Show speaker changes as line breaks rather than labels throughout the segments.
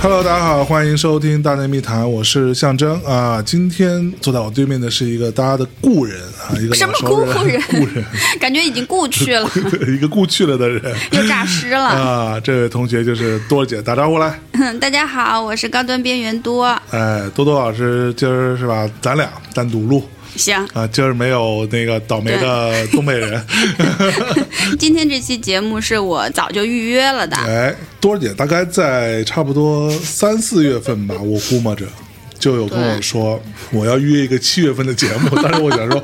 Hello，大家好，欢迎收听《大内密谈》，我是象征啊。今天坐在我对面的是一个大家的故人啊，一个
什么
老熟
故人
人，故人，
感觉已经故 去了，
一个故去了的人
又诈尸了。
啊。这位同学就是多姐，打招呼来。
大家好，我是高端边缘多。
哎，多多老师今儿是吧？咱俩单独录
行，
啊，今儿没有那个倒霉的东北人。
今天这期节目是我早就预约了的，
哎，多姐大概在差不多三四月份吧，我估摸着。就有跟我说，我要约一个七月份的节目。当时我想 说，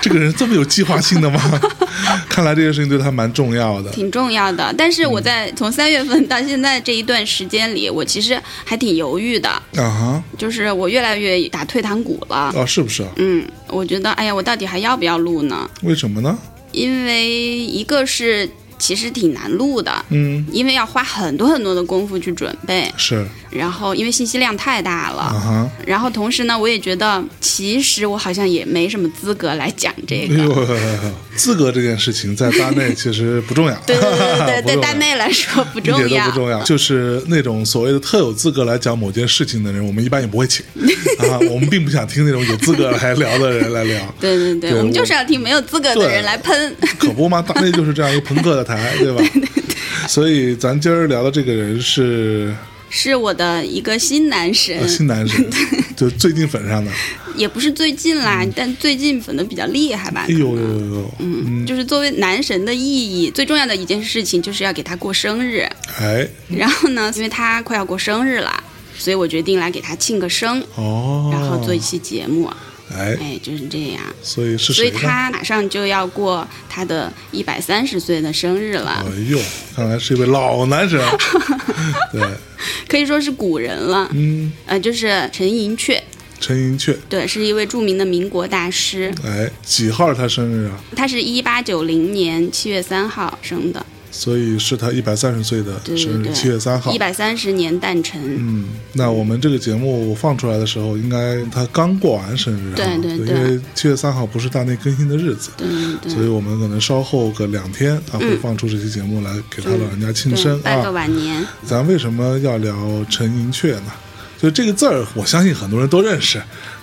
这个人这么有计划性的吗？ 看来这件事情对他蛮重要的。
挺重要的。但
嗯
是我在从三月份到现在这一段时间里，我其实还挺犹豫的，
啊
就是我越来越打退堂鼓了
哈，。啊，是不是啊？
嗯，我觉得，哎呀，我到底还要不要录呢？
为什么呢？
因为一个是其实挺难录的，
嗯，
因为要花很多很多的功夫去准备，
是
然后因为信息量太大了，
啊哈。
然后同时呢，我也觉得其实我好像也没什么资格来讲
哎
这个。
呦， 资格这件事情在大内其实不重要。
对对对 对
不
对，对
重要
大内来说不重
一点
要
都不。重要，就是那种所谓的特有资格来讲某件事情的人，我们一般也不 会请啊。我们并不想听那种有资格来聊的人来聊，
对对对，
对
我们
我
就是要听没有资格的
对
人来喷。
可不嘛？大内就是这样一个朋克的台，对吧？所以咱今儿聊的这个人是
是我的一个新男神，
呃新男神， 就最近粉上的。
也不是最近啦，但最近粉的比较厉害吧。
嗯哎呦
可
呦
能
呦呦！
嗯，就是作为男神的意义，最重要的一件事情就是要给他过生日。
哎，
然后呢，因为他快要过生日了，所以我决定来给他庆个生，
哦，
然后做一期节目。
哎，
哎，就是这样。
所以是
所以
谁呢？
他马上就要过他的一百三十岁的生日了
哎，呦，看来是一位老男 神。对，
可以说是古人了。
嗯，
呃，就是陈寅恪，
陈寅恪，
对，是一位著名的民国大师，
哎，几号是他生日啊？
他是一八九零年七月三号生的，
所以是他一百三十岁的
对
生
对
日，
对，
七月三号
一。百三十年诞辰。
嗯，那我们这个节目放出来的时候，应该他刚过完生日、啊，
对对对嗯
因为七月三号不是大内更新的日子，
对对
嗯所以我们可能稍后个两天啊，
嗯
会放出这期节目来给他老人家庆生
对，拜个
啊。
晚年。
咱为什么要聊陈寅恪呢？就这个字儿，我相信很多人都认识，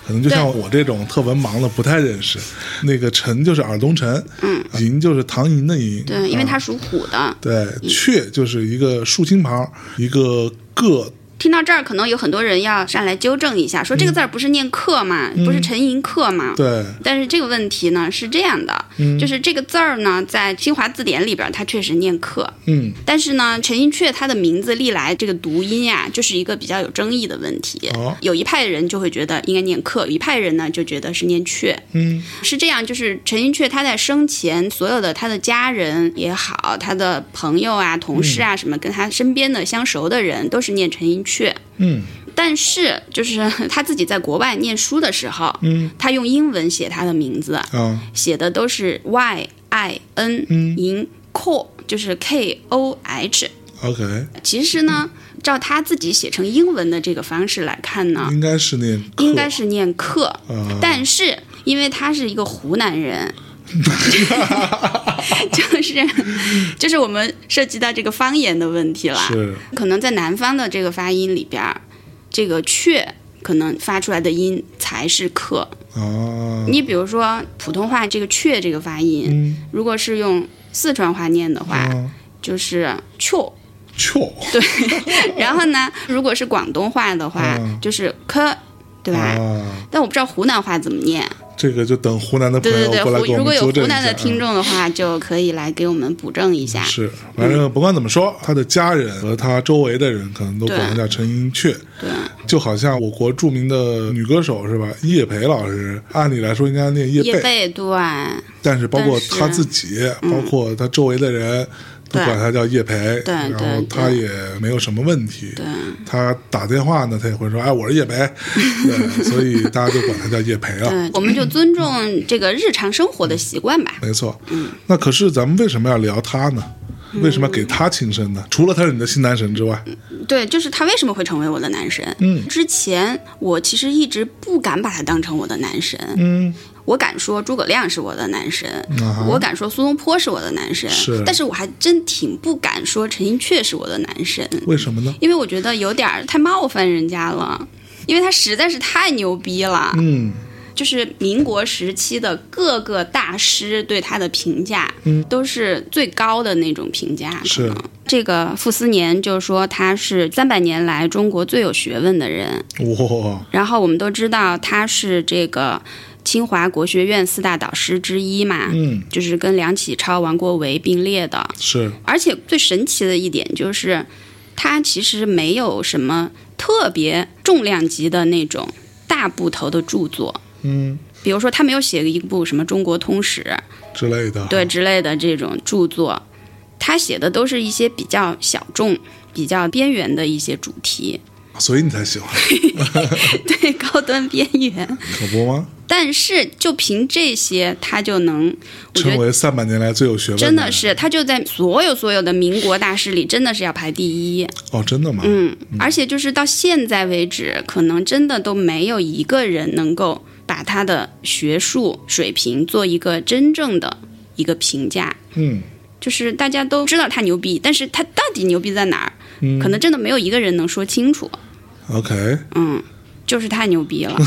可能就像我这种特文盲的不太认识。那个陈就是耳东陈，
嗯，
寅就是唐寅的寅，
对，因为
啊
他属虎的。
对，雀就是一个竖心旁，一个个，
听到这儿，可能有很多人要上来纠正一下，说这个字儿不是念克嘛，不是陈寅恪嘛？
嗯对，
但是这个问题呢是这样的，就是这个字儿呢，在新华字典里边儿它确实念“克
嗯”，，
但是呢，陈寅恪他的名字历来这个读音呀、就是一个比较有争议的问题。
哦
有一派人就会觉得应该念“克”，有一派人呢就觉得是念“阙”。
嗯，
是这样，就是陈寅恪他在生前，所有的他的家人也好，他的朋友啊、同事啊、什么，跟他身边的相熟的人都是念陈寅恪。
嗯，
但是，就是他自己在国外念书的时候，
嗯，
他用英文写他的名字，
啊，
写的都是 Y I N，
嗯
银 Ko 就是 K O H。
，OK，
其实呢，照他自己写成英文的这个方式来看呢，
应该是念克，
应该是念克，
啊，
但是因为他是一个湖 南人。就是，就是我们涉及到这个方言的问题了。
是
可能在南方的这个发音里边儿，这个“却”可能发出来的音才是“克”。
啊，
你比如说普通话这个“却”这个发音，
嗯，
如果是用四川话念的话，
啊，
就是“丘
雀，”。
然后呢，如果是广东话的话，
嗯
就是“科”，对吧？
啊，
但我不知道湖南话怎么念。
这个就等湖南的朋
对对
友
对，
过来给
湖
我
如果
们
有
纠正
湖
一下
南的听啊
啊。
众的话，就可以来给我们补正一下。
是，反正不管怎么说，他的家人和他周围的人可能都管他
对
叫陈寅恪，
对，
就好像我国著名的女歌手是吧？叶培老师，按理来说应该念叶
叶
蓓，
贝对，
但是包括
但是嗯
他自己，包括他周围的人，都
对
管他叫叶培。
对
然后
对
他也没有什么问题。
对
他打电话呢，他也会说：“哎，我是叶 培。”对，所以大家就管他叫叶培了。
对，我们就尊重这个日常生活的习惯吧。嗯
没错。那可是咱们为什么要聊他呢？为什么要给他情深呢？除了他是你的新男神之外，
对，就是他为什么会成为我的男神？
嗯
之前我其实一直不敢把他当成我的男神，
嗯，
我敢说诸葛亮是我的男神，
啊哈
我敢说苏东坡是我的男神，
是
但是我还真挺不敢说陈寅恪是我的男神，
为什么呢？
因为我觉得有点儿太冒犯人家了。因为他实在是太牛逼了，
嗯
就是民国时期的各个大师对他的评价，
嗯
都是最高的那种评价。可
是
能这个傅斯年就说他是三百年来中国最有学问的人，
哇，
然后我们都知道他是这个清华国学院四大导师之一嘛，
嗯，
就是跟梁启超、王国维并列的。
是
而且最神奇的一点就是，他其实没有什么特别重量级的那种大部头的著作。
嗯
比如说，他没有写一部什么《中国通史》
之类的，
对之类的这种著作，他写的都是一些比较小众、比较边缘的一些主题，
所以你才喜欢，
对高端边缘。
可不吗？
但是就凭这些，他就能，我觉
成
得
为三百年来最有学问人，
真的是他就在所有所有的民国大师里，真的是要排第一。
哦，真的吗？
嗯，而且就是到现在为止，可能真的都没有一个人能够把他的学术水平做一个真正的一个评价。
嗯
就是大家都知道他牛逼，但是他到底牛逼在哪儿，
嗯
可能真的没有一个人能说清楚。
，OK，
嗯，就是太牛逼了，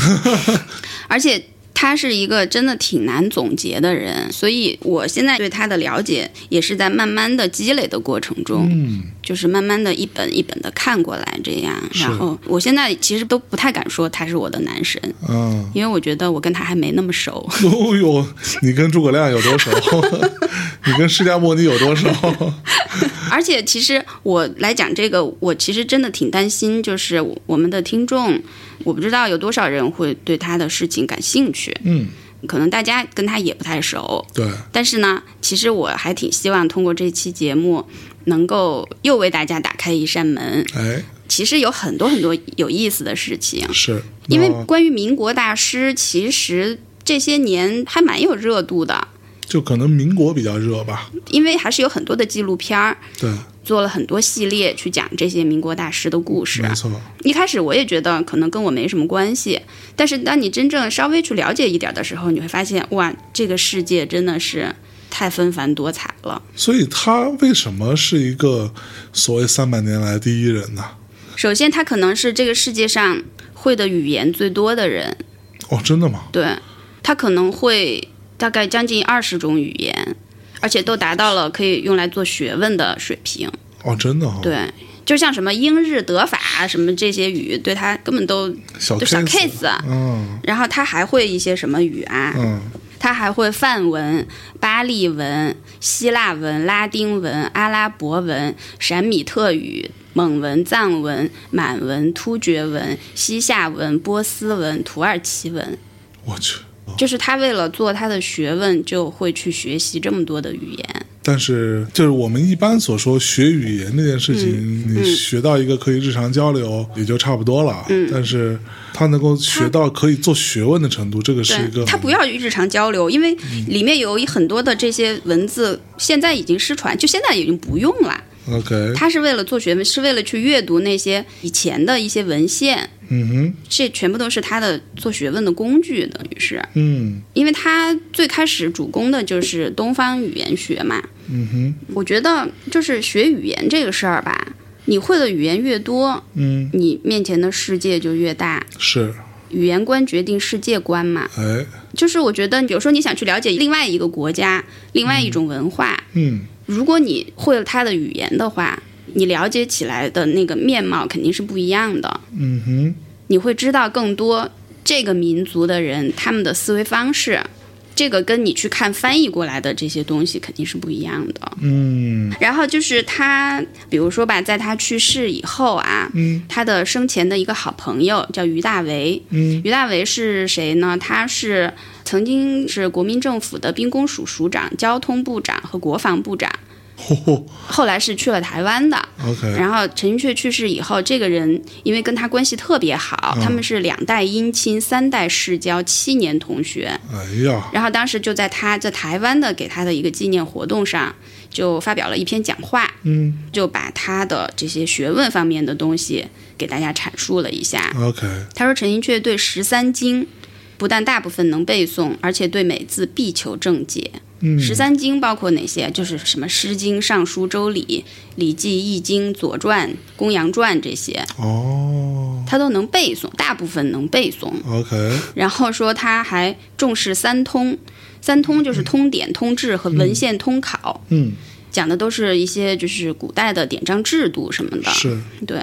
而且他是一个真的挺难总结的人，所以我现在对他的了解也是在慢慢的积累的过程中，
嗯，
就是慢慢的一本一本的看过来这样。然后我现在其实都不太敢说他是我的男神，
嗯，
因为我觉得我跟他还没那么熟。
哦呦，你跟诸葛亮有多熟？ 你跟释迦摩尼有多 熟？
而且其实我来讲这个，我其实真的挺担心，就是我们的听众，我不知道有多少人会对他的事情感兴趣，
嗯，
可能大家跟他也不太熟。
对，
但是呢，其实我还挺希望通过这期节目，能够又为大家打开一扇门。
哎，
其实有很多很多有意思的事情，
是，
因为
那
关于民国大师，其实这些年还蛮有热度的，
就可能民国比较热吧，
因为还是有很多的纪录片儿。
对，
做了很多系列去讲这些民国大师的故事
没。错，
一开始我也觉得可能跟我没什么关系，但是当你真正稍微去了解一点的时候，你会发现，哇，这个世界真的是太纷繁多彩了。
所以他为什么是一个所谓三百年来第一人呢？
首先，他可能是这个世界上会的语言最多的人，
哦，真的吗？
对他可能会大概将近二十种语言，而且都达到了可以用来做学问的水平。
哦，真的哦，
对，就像什么英日德法什么这些语，对他根本都
小
就小
case，
case 啊。
嗯
然后他还会一些什么语啊？
嗯，
他还会梵文、巴利文、希腊文、拉丁文、阿拉伯文、闪米特语、蒙文、藏文、满文、突厥文、西夏文、波斯文、土耳其文。
我去，
就是他为了做他的学问，就会去学习这么多的语言。
但是，就是我们一般所说学语言这件事情，
嗯
你学到一个可以日常交流也就差不多了。
嗯
但是他能够学到可以做学问的程度，这个是一个
对
嗯
他不要日常交流，因为里面有很多的这些文字，现在已经失传，就现在已经不用了。
OK，
他是为了做学问，是为了去阅读那些以前的一些文献，
嗯哼，
这全部都是他的做学问的工具，等于是，
嗯
因为他最开始主攻的就是东方语言学嘛。
嗯哼，
我觉得就是学语言这个事儿吧，你会的语言越多，
嗯
你面前的世界就越大。
是，
语言观决定世界观嘛，
哎，
就是我觉得，比如说你想去了解另外一个国家、另外一种文化，
嗯
如果你会了他的语言的话，你了解起来的那个面貌肯定是不一样的。
嗯哼，
你会知道更多这个民族的人他们的思维方式，这个跟你去看翻译过来的这些东西肯定是不一样的。
嗯
然后就是他，比如说吧，在他去世以后啊，
嗯
他的生前的一个好朋友叫于大为。
嗯
于大为是谁呢？他是曾经是国民政府的兵工署署长、交通部长和国防部长。
嚯嚯
后来是去了台湾的。
，OK，
然后陈寅恪去世以后，这个人因为跟他关系特别好，他们是两代姻亲，三代世交，七年同学。
哎呀，
然后当时就在他在台湾的给他的一个纪念活动上，就发表了一篇讲话，
嗯
就把他的这些学问方面的东西给大家阐述了一下。
，OK，
他说陈寅恪对十三经不但大部分能背诵，而且对每字必求正解。
嗯，
十三经包括哪些？啊就是什么《诗经》《尚书》《周礼》《礼记》《易经》《左传》《公羊传》这些，
哦
他都能背诵，大部分能背诵。
，OK，
然后说他还重视三通，三通就是通典、通志和文献通考，
嗯，
讲的都是一些就是古代的典章制度什么的。
是，
对，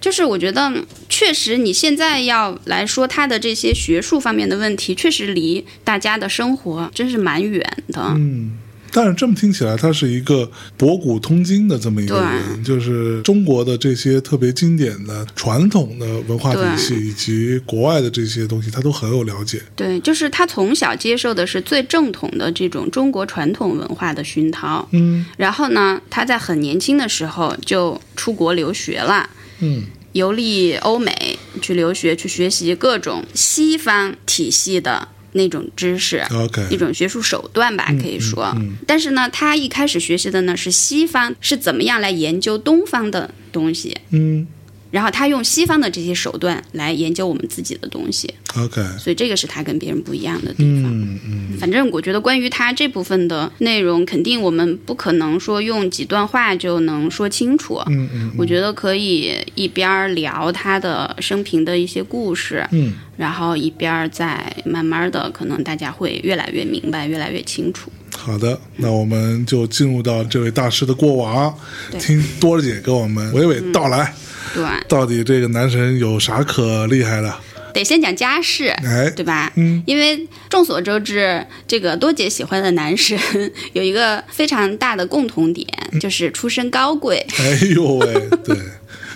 就是我觉得嗯确实你现在要来说他的这些学术方面的问题，确实离大家的生活真是蛮远的。
嗯。但是这么听起来，他是一个博古通今的这么一个
对
人，就是中国的这些特别经典的传统的文化体系，以及国外的这些东西，他都很有了解。
对，就是他从小接受的是最正统的这种中国传统文化的熏陶。
嗯
然后呢，他在很年轻的时候就出国留学了，
嗯
游历欧美去留学，去学习各种西方体系的那种知识。一
嗯，OK，
种学术手段吧，
嗯
可以说。但是呢，他一开始学习的呢是西方是怎么样来研究东方的东西，
嗯
然后他用西方的这些手段来研究我们自己的东西，
，OK，
所以这个是他跟别人不一样的地方。
嗯嗯
反正我觉得关于他这部分的内容，肯定我们不可能说用几段话就能说清楚。
嗯嗯
我觉得可以一边儿聊他的生平的一些故事，
嗯，
然后一边儿再慢慢的，可能大家会越来越明白，越来越清楚。
好的，那我们就进入到这位大师的过往，
对
听多儿姐给我们娓娓道来，
对，
到底这个男神有啥可厉 害的？
得先讲家世，
哎，
对吧？
嗯，
因为众所周知，这个多姐喜欢的男神 有一个非常大的共同点，
嗯
就是出身高贵。
哎呦喂，对，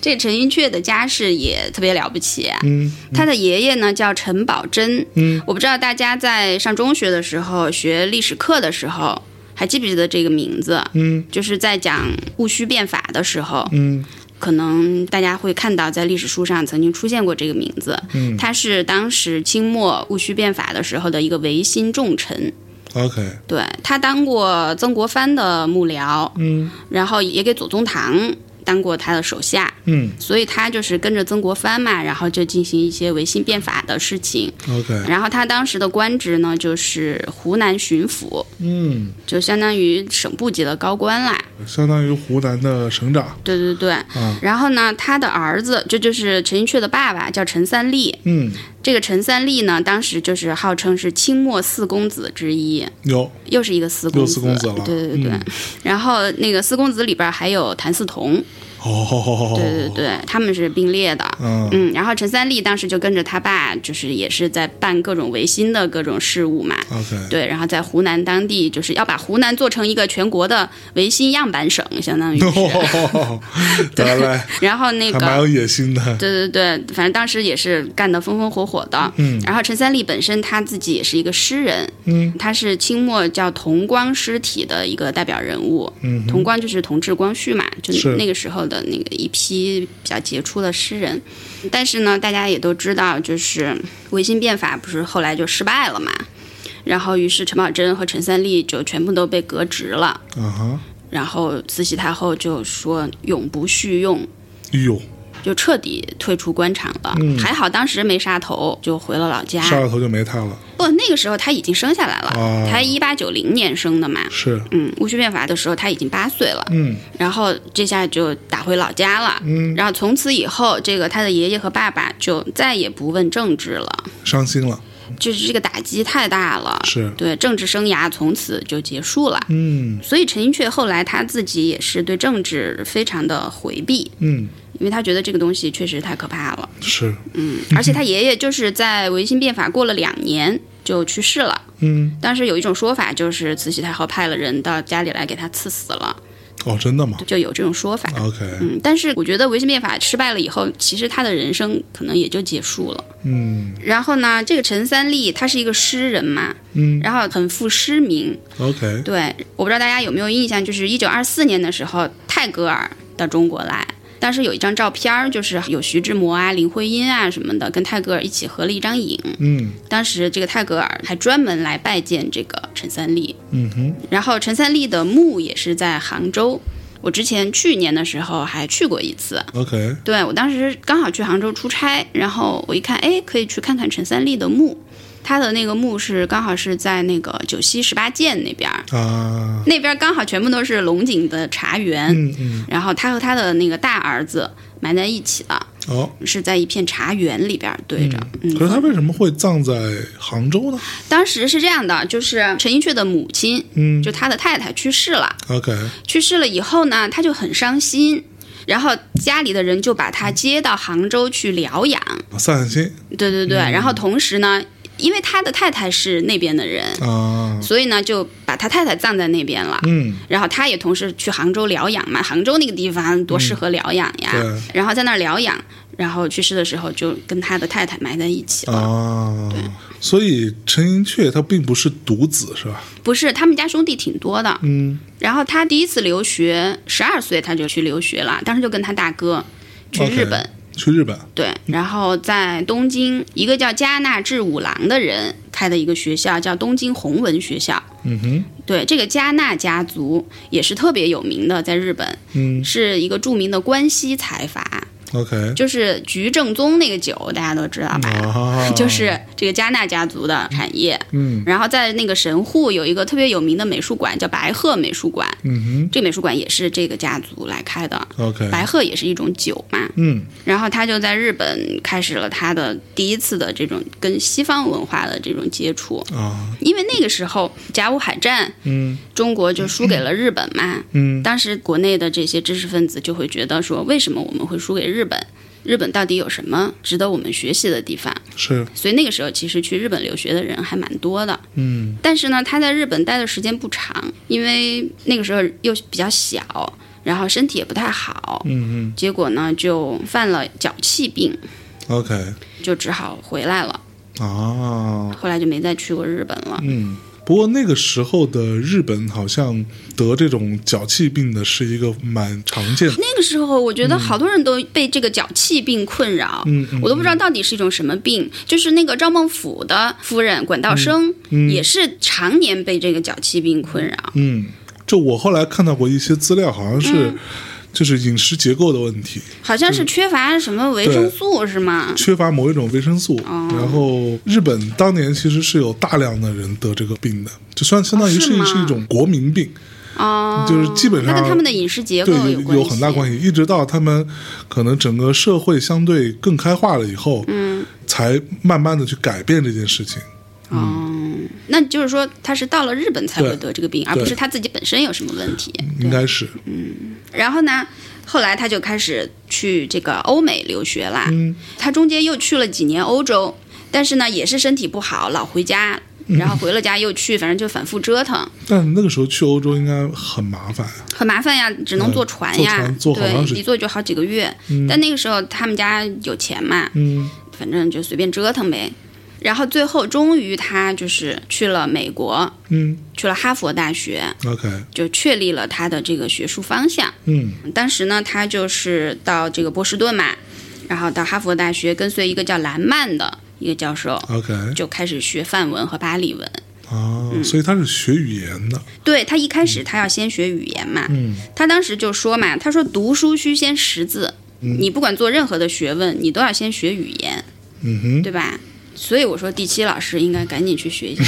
这陈寅恪的家世也特别了不起、
嗯
他的爷爷呢叫陈宝箴，
嗯，
我不知道大家在上中学的时候学历史课的时候，还记不记得这个名字？
嗯
就是在讲戊戌变法的时候，
嗯
可能大家会看到在历史书上曾经出现过这个名字。
嗯
他是当时清末戊戌变法的时候的一个维新重臣，
，OK，
对他当过曾国藩的幕僚，
嗯
然后也给左宗棠当过他的手下，
嗯
所以他就是跟着曾国藩嘛，然后就进行一些维新变法的事情。
，OK，
然后他当时的官职呢，就是湖南巡抚，
嗯，
就相当于省部级的高官啦。
相当于湖南的省长，
对对对。然后呢，他的儿子，这就是陈寅恪的爸爸，叫陈三立。
嗯，
这个陈三立呢，当时就是号称是清末四公子之一，
有，
又是一个四公
又
子。
四公子了嗯
对对对。然后那个四公子里边还有谭嗣同，
哦，
对对对，他们是并列的。
嗯
嗯，然后陈三立当时就跟着他爸，就是也是在办各种维新的各种事务嘛。
，OK，
对，然后在湖南当地，就是要把湖南做成一个全国的维新样板省，相当于 是。
哦，来来，
然后 那
还蛮
个，
有野心的，
对对对，反正当时也是干得风风火火的。
嗯
然后陈三立本身他自己也是一个诗人，
嗯
他是清末叫同光诗体的一个代表人物。
嗯
同光就是同治、光绪嘛，就是那个时候的那个一批比较杰出的诗人。但是呢，大家也都知道，就是维新变法不是后来就失败了嘛，然后于是陈宝箴和陈三立就全部都被革职了。
啊哈，
然后慈禧太后就说永不续用，
哎呦，
就彻底退出官场了。
嗯
还好当时没杀头，就回了老家。
杀了头就没他了，
不，那个时候她已经生下来了，
哦
她一八九零年生的嘛。
是，
嗯，戊戌变法的时候她已经八岁了，
嗯
然后这下就打回老家了。嗯，然后从此以后，这个她的爷爷和爸爸就再也不问政治了，
伤心了，
就是这个打击太大了。
是
对政治生涯从此就结束了。
嗯
所以陈寅恪后来他自己也是对政治非常的回避，
嗯，
因为他觉得这个东西确实太可怕了。
是，
嗯，而且他爷爷就是在维新变法过了两年就去世了。
嗯，
当时有一种说法，就是慈禧太后派了人到家里来给他赐死了，
哦，真的吗
就有这种说法。
？OK，
嗯，但是我觉得维新变法失败了以后，其实他的人生可能也就结束了。
嗯
然后呢，这个陈三立他是一个诗人嘛，
嗯
然后很负诗名。
，OK，
对，我不知道大家有没有印象，就是一九二四年的时候，泰戈尔到中国来。当时有一张照片儿，就是有徐志摩啊、林徽因啊什么的，跟泰戈尔一起合了一张影。
嗯
当时这个泰戈尔还专门来拜见这个陈三立，
嗯哼，
然后陈三立的墓也是在杭州。我之前去年的时候还去过一次，
，OK，
对我当时刚好去杭州出差，然后我一看，哎，可以去看看陈三立的墓。他的那个墓是刚好是在那个九溪十八涧那边儿，
啊，
那边刚好全部都是龙井的茶园，
嗯嗯，
然后他和他的那个大儿子埋在一起了，
哦，
是在一片茶园里边对着。嗯，
可是他为什么会葬在杭州呢？
当时是这样的，就是陈寅恪的母亲，
嗯
就他的太太去世了，
，OK，
去世了以后呢，他就很伤心。然后家里的人就把他接到杭州去疗养，
散散心
对对对。然后同时呢，因为他的太太是那边的人，
啊，
所以呢就把他太太葬在那边了。
嗯，
然后他也同时去杭州疗养嘛，杭州那个地方多适合疗养呀。
对
然后在那儿疗养，然后去世的时候就跟他的太太埋在一起了。
啊，所以陈寅恪他并不是独子是吧？
不是，他们家兄弟挺多的。
嗯，
然后他第一次留学，十二岁他就去留学了，当时就跟他大哥去
OK
日本。
去日本
对，然后在东京，一个叫加纳志五郎的人开的一个学校，叫东京弘文学校。
嗯哼，
对，这个加纳家族也是特别有名的，在日本
嗯
是一个著名的关西财阀。
，OK，
就是菊正宗那个酒，大家都知道吧？
啊，
就是这个加纳家族的产业。
嗯
然后在那个神户有一个特别有名的美术馆，叫白鹤美术馆。
嗯
这个美术馆也是这个家族来开的。
哼，OK，
白鹤也是一种酒嘛，
嗯
然后他就在日本开始了他的第一次的这种跟西方文化的这种接触，
啊，
因为那个时候甲午海战，
嗯
中国就输给了日本嘛，
嗯
当时国内的这些知识分子就会觉得说，为什么我们会输给日本？日本到底有什么值得我们学习的地方？
是，
所以那个时候其实去日本留学的人还蛮多的。
嗯
但是呢，他在日本待的时间不长，因为那个时候又比较小，然后身体也不太好，
嗯
结果呢就犯了脚气病，
嗯，OK，
就只好回来了。
啊，
后来就没再去过日本了。
嗯。不过那个时候的日本好像得这种脚气病的是一个蛮常见的，
那个时候，我觉得好多人都被这个脚气病困扰，
嗯嗯
我都不知道到底是一种什么病。就是那个赵孟俯的夫人管道生、也是常年被这个脚气病困扰。
嗯，就我后来看到过一些资料，好像是
嗯
就是饮食结构的问题，
好像
嗯
是缺乏什么维生素是吗？
缺乏某一种维生素。
哦
然后日本当年其实是有大量的人得这个病的，就算相当于
哦
是
是
一、
吗
是一种国民病，
哦，
就是基本上
那跟他们的饮食结构
对
有关系，
有很大关系。一直到他们可能整个社会相对更开化了以后，嗯，才慢慢的去改变这件事情。
哦，那就是说他是到了日本才会
对
得这个病，而不是他自己本身有什么问题。
应该是，
然后呢，后来他就开始去这个欧美留学啦。他中间又去了几年欧洲，但是呢，也是身体不好，老回家，然后回了家又去，反正就反复折腾，
但那个时候去欧洲应该很麻烦。
很麻烦呀，只能坐船呀，
嗯坐船坐好长时
对，
间
一坐就好几个月。但那个时候他们家有钱嘛，
嗯
反正就随便折腾呗。然后最后终于他就是去了美国，
嗯
去了哈佛大学，
，OK，
就确立了他的这个学术方向。
嗯
当时呢，他就是到这个波士顿嘛，然后到哈佛大学跟随一个叫兰曼的一个教授，
，OK，
就开始学梵文和巴利文。
啊，
嗯
所以他是学语言的，
对他一开始他要先学语言嘛，
嗯
他当时就说嘛，他说读书须先识字，你不管做任何的学问，你都要先学语言，
嗯哼。
对吧？所以我说第七老师应该赶紧去学一下，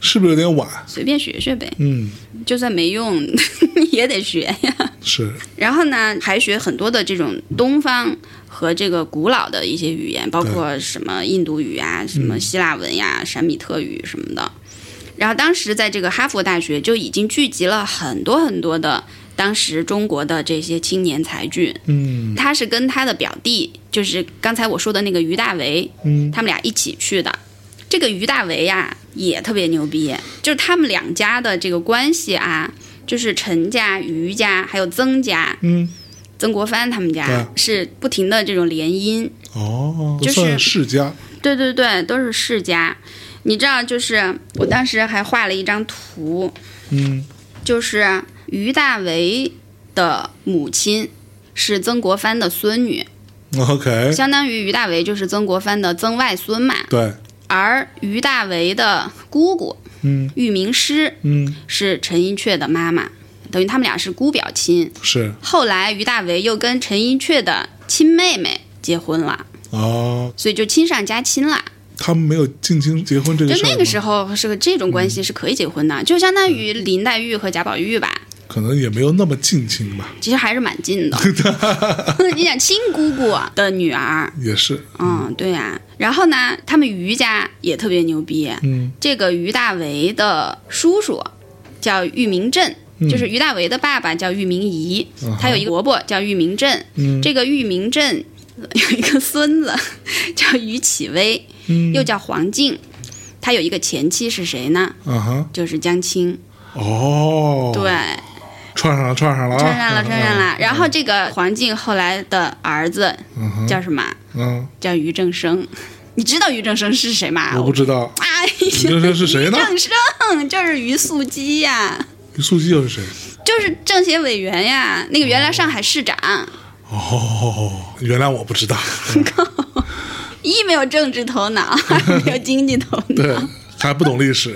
是不是有点晚？
随便学学呗，
嗯，
就算没用 也得学呀。
是，
然后呢，还学很多的这种东方和这个古老的一些语言，包括什么印度语啊、什么希腊文呀、闪米特语什么的。然后当时在这个哈佛大学就已经聚集了很多很多的当时中国的这些青年才俊。
嗯
他是跟他的表弟，就是刚才我说的那个于大为，
嗯
他们俩一起去的。这个于大为呀、也特别牛逼，就是他们两家的这个关系啊，就是陈家、于家还有曾家，
嗯
曾国藩他们家
对
是不停的这种联姻，
哦，
就是
算世家，
对对对，都是世家。你知道，就是我当时还画了一张图，
嗯，
就是于大为的母亲是曾国藩的孙女，
OK，
相当于于大为就是曾国藩的曾外孙嘛。
对，
而于大为的姑姑
嗯
玉明师
嗯，
是陈寅恪的妈妈，等于他们俩是姑表亲。
是
后来于大为又跟陈寅恪的亲妹妹结婚了，
哦，
所以就亲上加亲了。
他们没有近亲结婚这个
就
事儿吗，
那个时候是个这种关
嗯
系是可以结婚的，就相当于林黛玉和贾宝玉吧，
可能也没有那么近亲吧，
其实还是蛮 近的。你想亲姑姑的女儿，
也是，
嗯，对呀、然后呢，他们于家也特别牛逼，
嗯
这个于大为的叔叔叫玉明镇。就是于大为的爸爸叫玉明仪，
嗯哼
他有一个伯伯叫玉明镇，
嗯
这个玉明镇有一个孙子叫于启威，
嗯，
又叫黄静，他有一个前妻是谁呢？
啊哈，
就是江青，
哦，
嗯对，，
串上了，串上了啊，
穿上了，
嗯
穿上，了。然后这个黄静后来的儿子
嗯哼，
叫什么？
嗯，
叫于正生。你知道于正生是谁吗？
我不知道
哎呀，于
正生是谁呢
正生就是于素基呀，
素汐又是谁，
就是政协委员呀，那个原来上海市长。
哦，原来我不知道，
一没有政治头脑，二没有经济头 脑，
对，还不懂历史，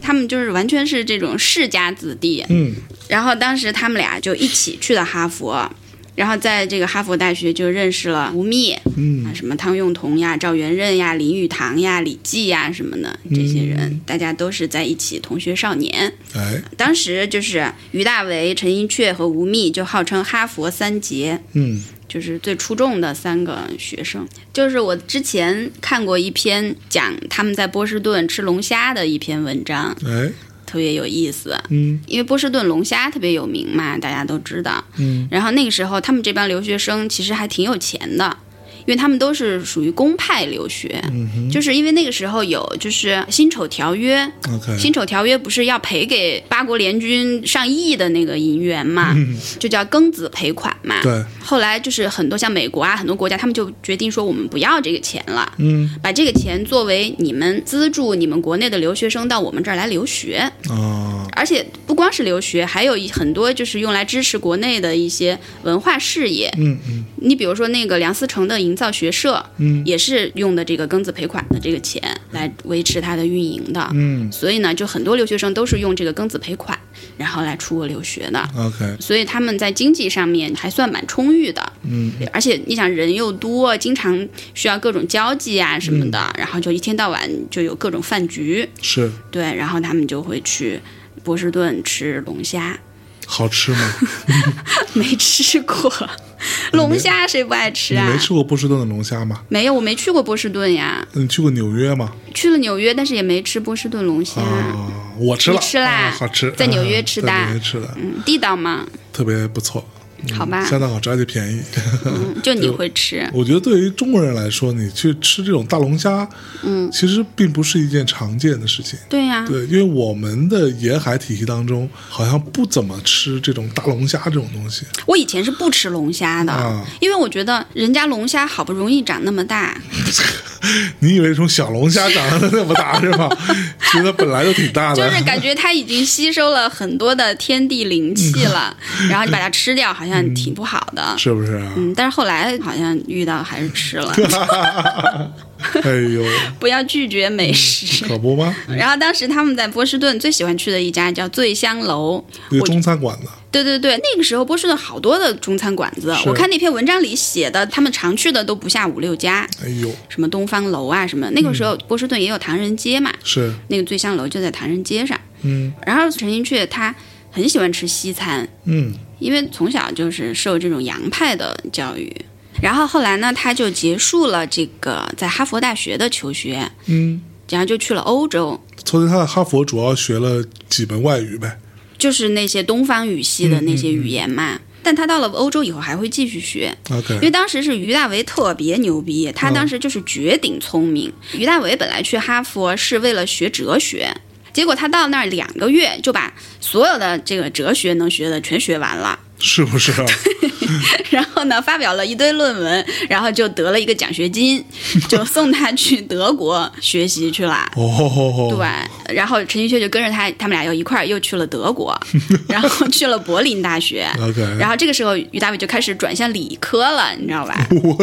他们就是完全是这种世家子弟。
嗯
然后当时他们俩就一起去了哈佛，然后在这个哈佛大学就认识了吴宓，啊
嗯，
什么汤用彤呀、赵元任呀、林语堂呀、李济呀什么的，这些人、大家都是在一起同学少年。
哎，
当时就是于大为、陈寅恪和吴宓就号称哈佛三杰，
嗯
就是最出众的三个学生。就是我之前看过一篇讲他们在波士顿吃龙虾的一篇文章，
哎，
特别有意思。
嗯
因为波士顿龙虾特别有名嘛，大家都知道。
嗯，
然后那个时候，他们这帮留学生其实还挺有钱的，因为他们都是属于公派留学，
嗯
就是因为那个时候有就是辛丑条约，
，OK，
辛丑条约不是要赔给八国联军上亿的那个银元嘛，就叫庚子赔款嘛。
嗯对，
后来就是很多像美国啊，很多国家他们就决定说我们不要这个钱了，
嗯
把这个钱作为你们资助你们国内的留学生到我们这儿来留学。
啊，
而且不光是留学，还有一很多就是用来支持国内的一些文化事业。
嗯嗯
你比如说那个梁思成的营造学社，
嗯
也是用的这个庚子赔款的这个钱来维持它的运营的。
嗯
所以呢，就很多留学生都是用这个庚子赔款，然后来出国留学的。
，OK，
所以他们在经济上面还算蛮充裕的，
嗯，
而且你想人又多，经常需要各种交际啊什
嗯
么的，然后就一天到晚就有各种饭局，
是
对，然后他们就会去波士顿吃龙虾，
好吃吗？
没吃过 龙虾，谁不爱吃
呃你
啊？
没吃过波士顿的龙虾吗？
没有，我没去过波士顿呀，
你去过纽约吗？
去了纽约，但是也没吃波士顿龙虾，
啊，我吃了，
你吃啦
啊好吃，
在纽约吃的
在纽约吃的，
嗯，地道吗？
特别不错，
好吧，
相当好吃，而且便宜。
嗯就你会吃，
我觉得对于中国人来说，你去吃这种大龙虾，嗯，其实并不是一件常见的事情。
对呀、
对，因为我们的沿海体系当中，好像不怎么吃这种大龙虾这种东西。
我以前是不吃龙虾的，
啊
因为我觉得人家龙虾好不容易长那么大，
你以为从小龙虾长得那么大是 吧？其实它本来就挺大
就
的。
是感觉它已经吸收了很多的天 地灵气了，然后你把它吃掉好
嗯
像挺不好的，
是不是啊？
嗯，但是后来好像遇到还是 吃了，
哎呦，
不要拒绝美食。
可不吗？
然后当时他们在波士顿最喜欢去的一家叫醉香楼，
一个中餐馆的，
对对对，那个时候波士顿好多的中餐馆子，
是
我看那篇文章里写的，他们常去的都不下五六家，
哎呦，
什么东方楼啊什么的。那个时
嗯
候波士顿也有唐人街嘛，
是，
那个醉香楼就在唐人街上。
嗯
然后陈寅恪他很喜欢吃西餐，
嗯
因为从小就是受这种洋派的教育。然后后来呢，他就结束了这个在哈佛大学的求学，
嗯。
然后就去了欧洲，
所以他在哈佛主要学了几门外语呗。
就是那些东方语系的那些语言嘛。但他到了欧洲以后还会继续学，因
OK，
为当时是于大为特别牛逼，他当时就是绝顶聪明。于大为本来去哈佛是为了学哲学，结果他到那儿两个月就把所有的这个哲学能学的全学完了。
是不 是啊？
然后呢，发表了一堆论文，然后就得了一个奖学金，就送他去德国学习去了。
哦吼吼吼，
对，然后陈寅恪就跟着他，他们俩又一块儿又去了德国，然后去了柏林大学。
OK
然后这个时候，于大伟就开始转向理科了，你 知道吧？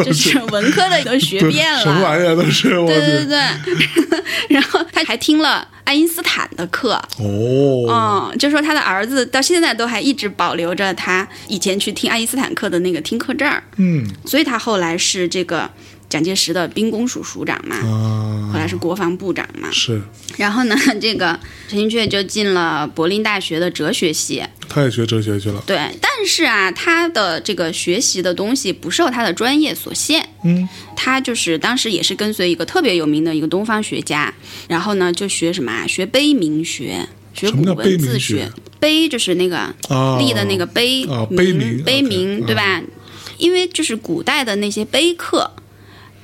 就是文科的都学
对，
遍
什么
了。
玩意儿都是我
对
去
对对对， 然后他还听了爱因斯坦的课，
哦，
嗯，就说他的儿子到现在都还一直保留着他以前去听爱因斯坦课的那个听课证儿，
嗯
所以他后来是这个蒋介石的兵工署署长嘛，后
啊，
来是国防部长嘛。
是，
然后呢，这个陈寅恪就进了柏林大学的哲学系，
他也学哲学去了，
对，但是啊，他的这个学习的东西不受他的专业所限，
嗯，
他就是当时也是跟随一个特别有名的一个东方学家，然后呢就学什么啊，学碑铭学，学
什
古
么叫
文
碑
字
铭
学
学，
碑就是那个
啊，
立的那个碑
啊
铭
碑铭
碑
OK，
铭，对吧？因为就是古代的那些碑刻，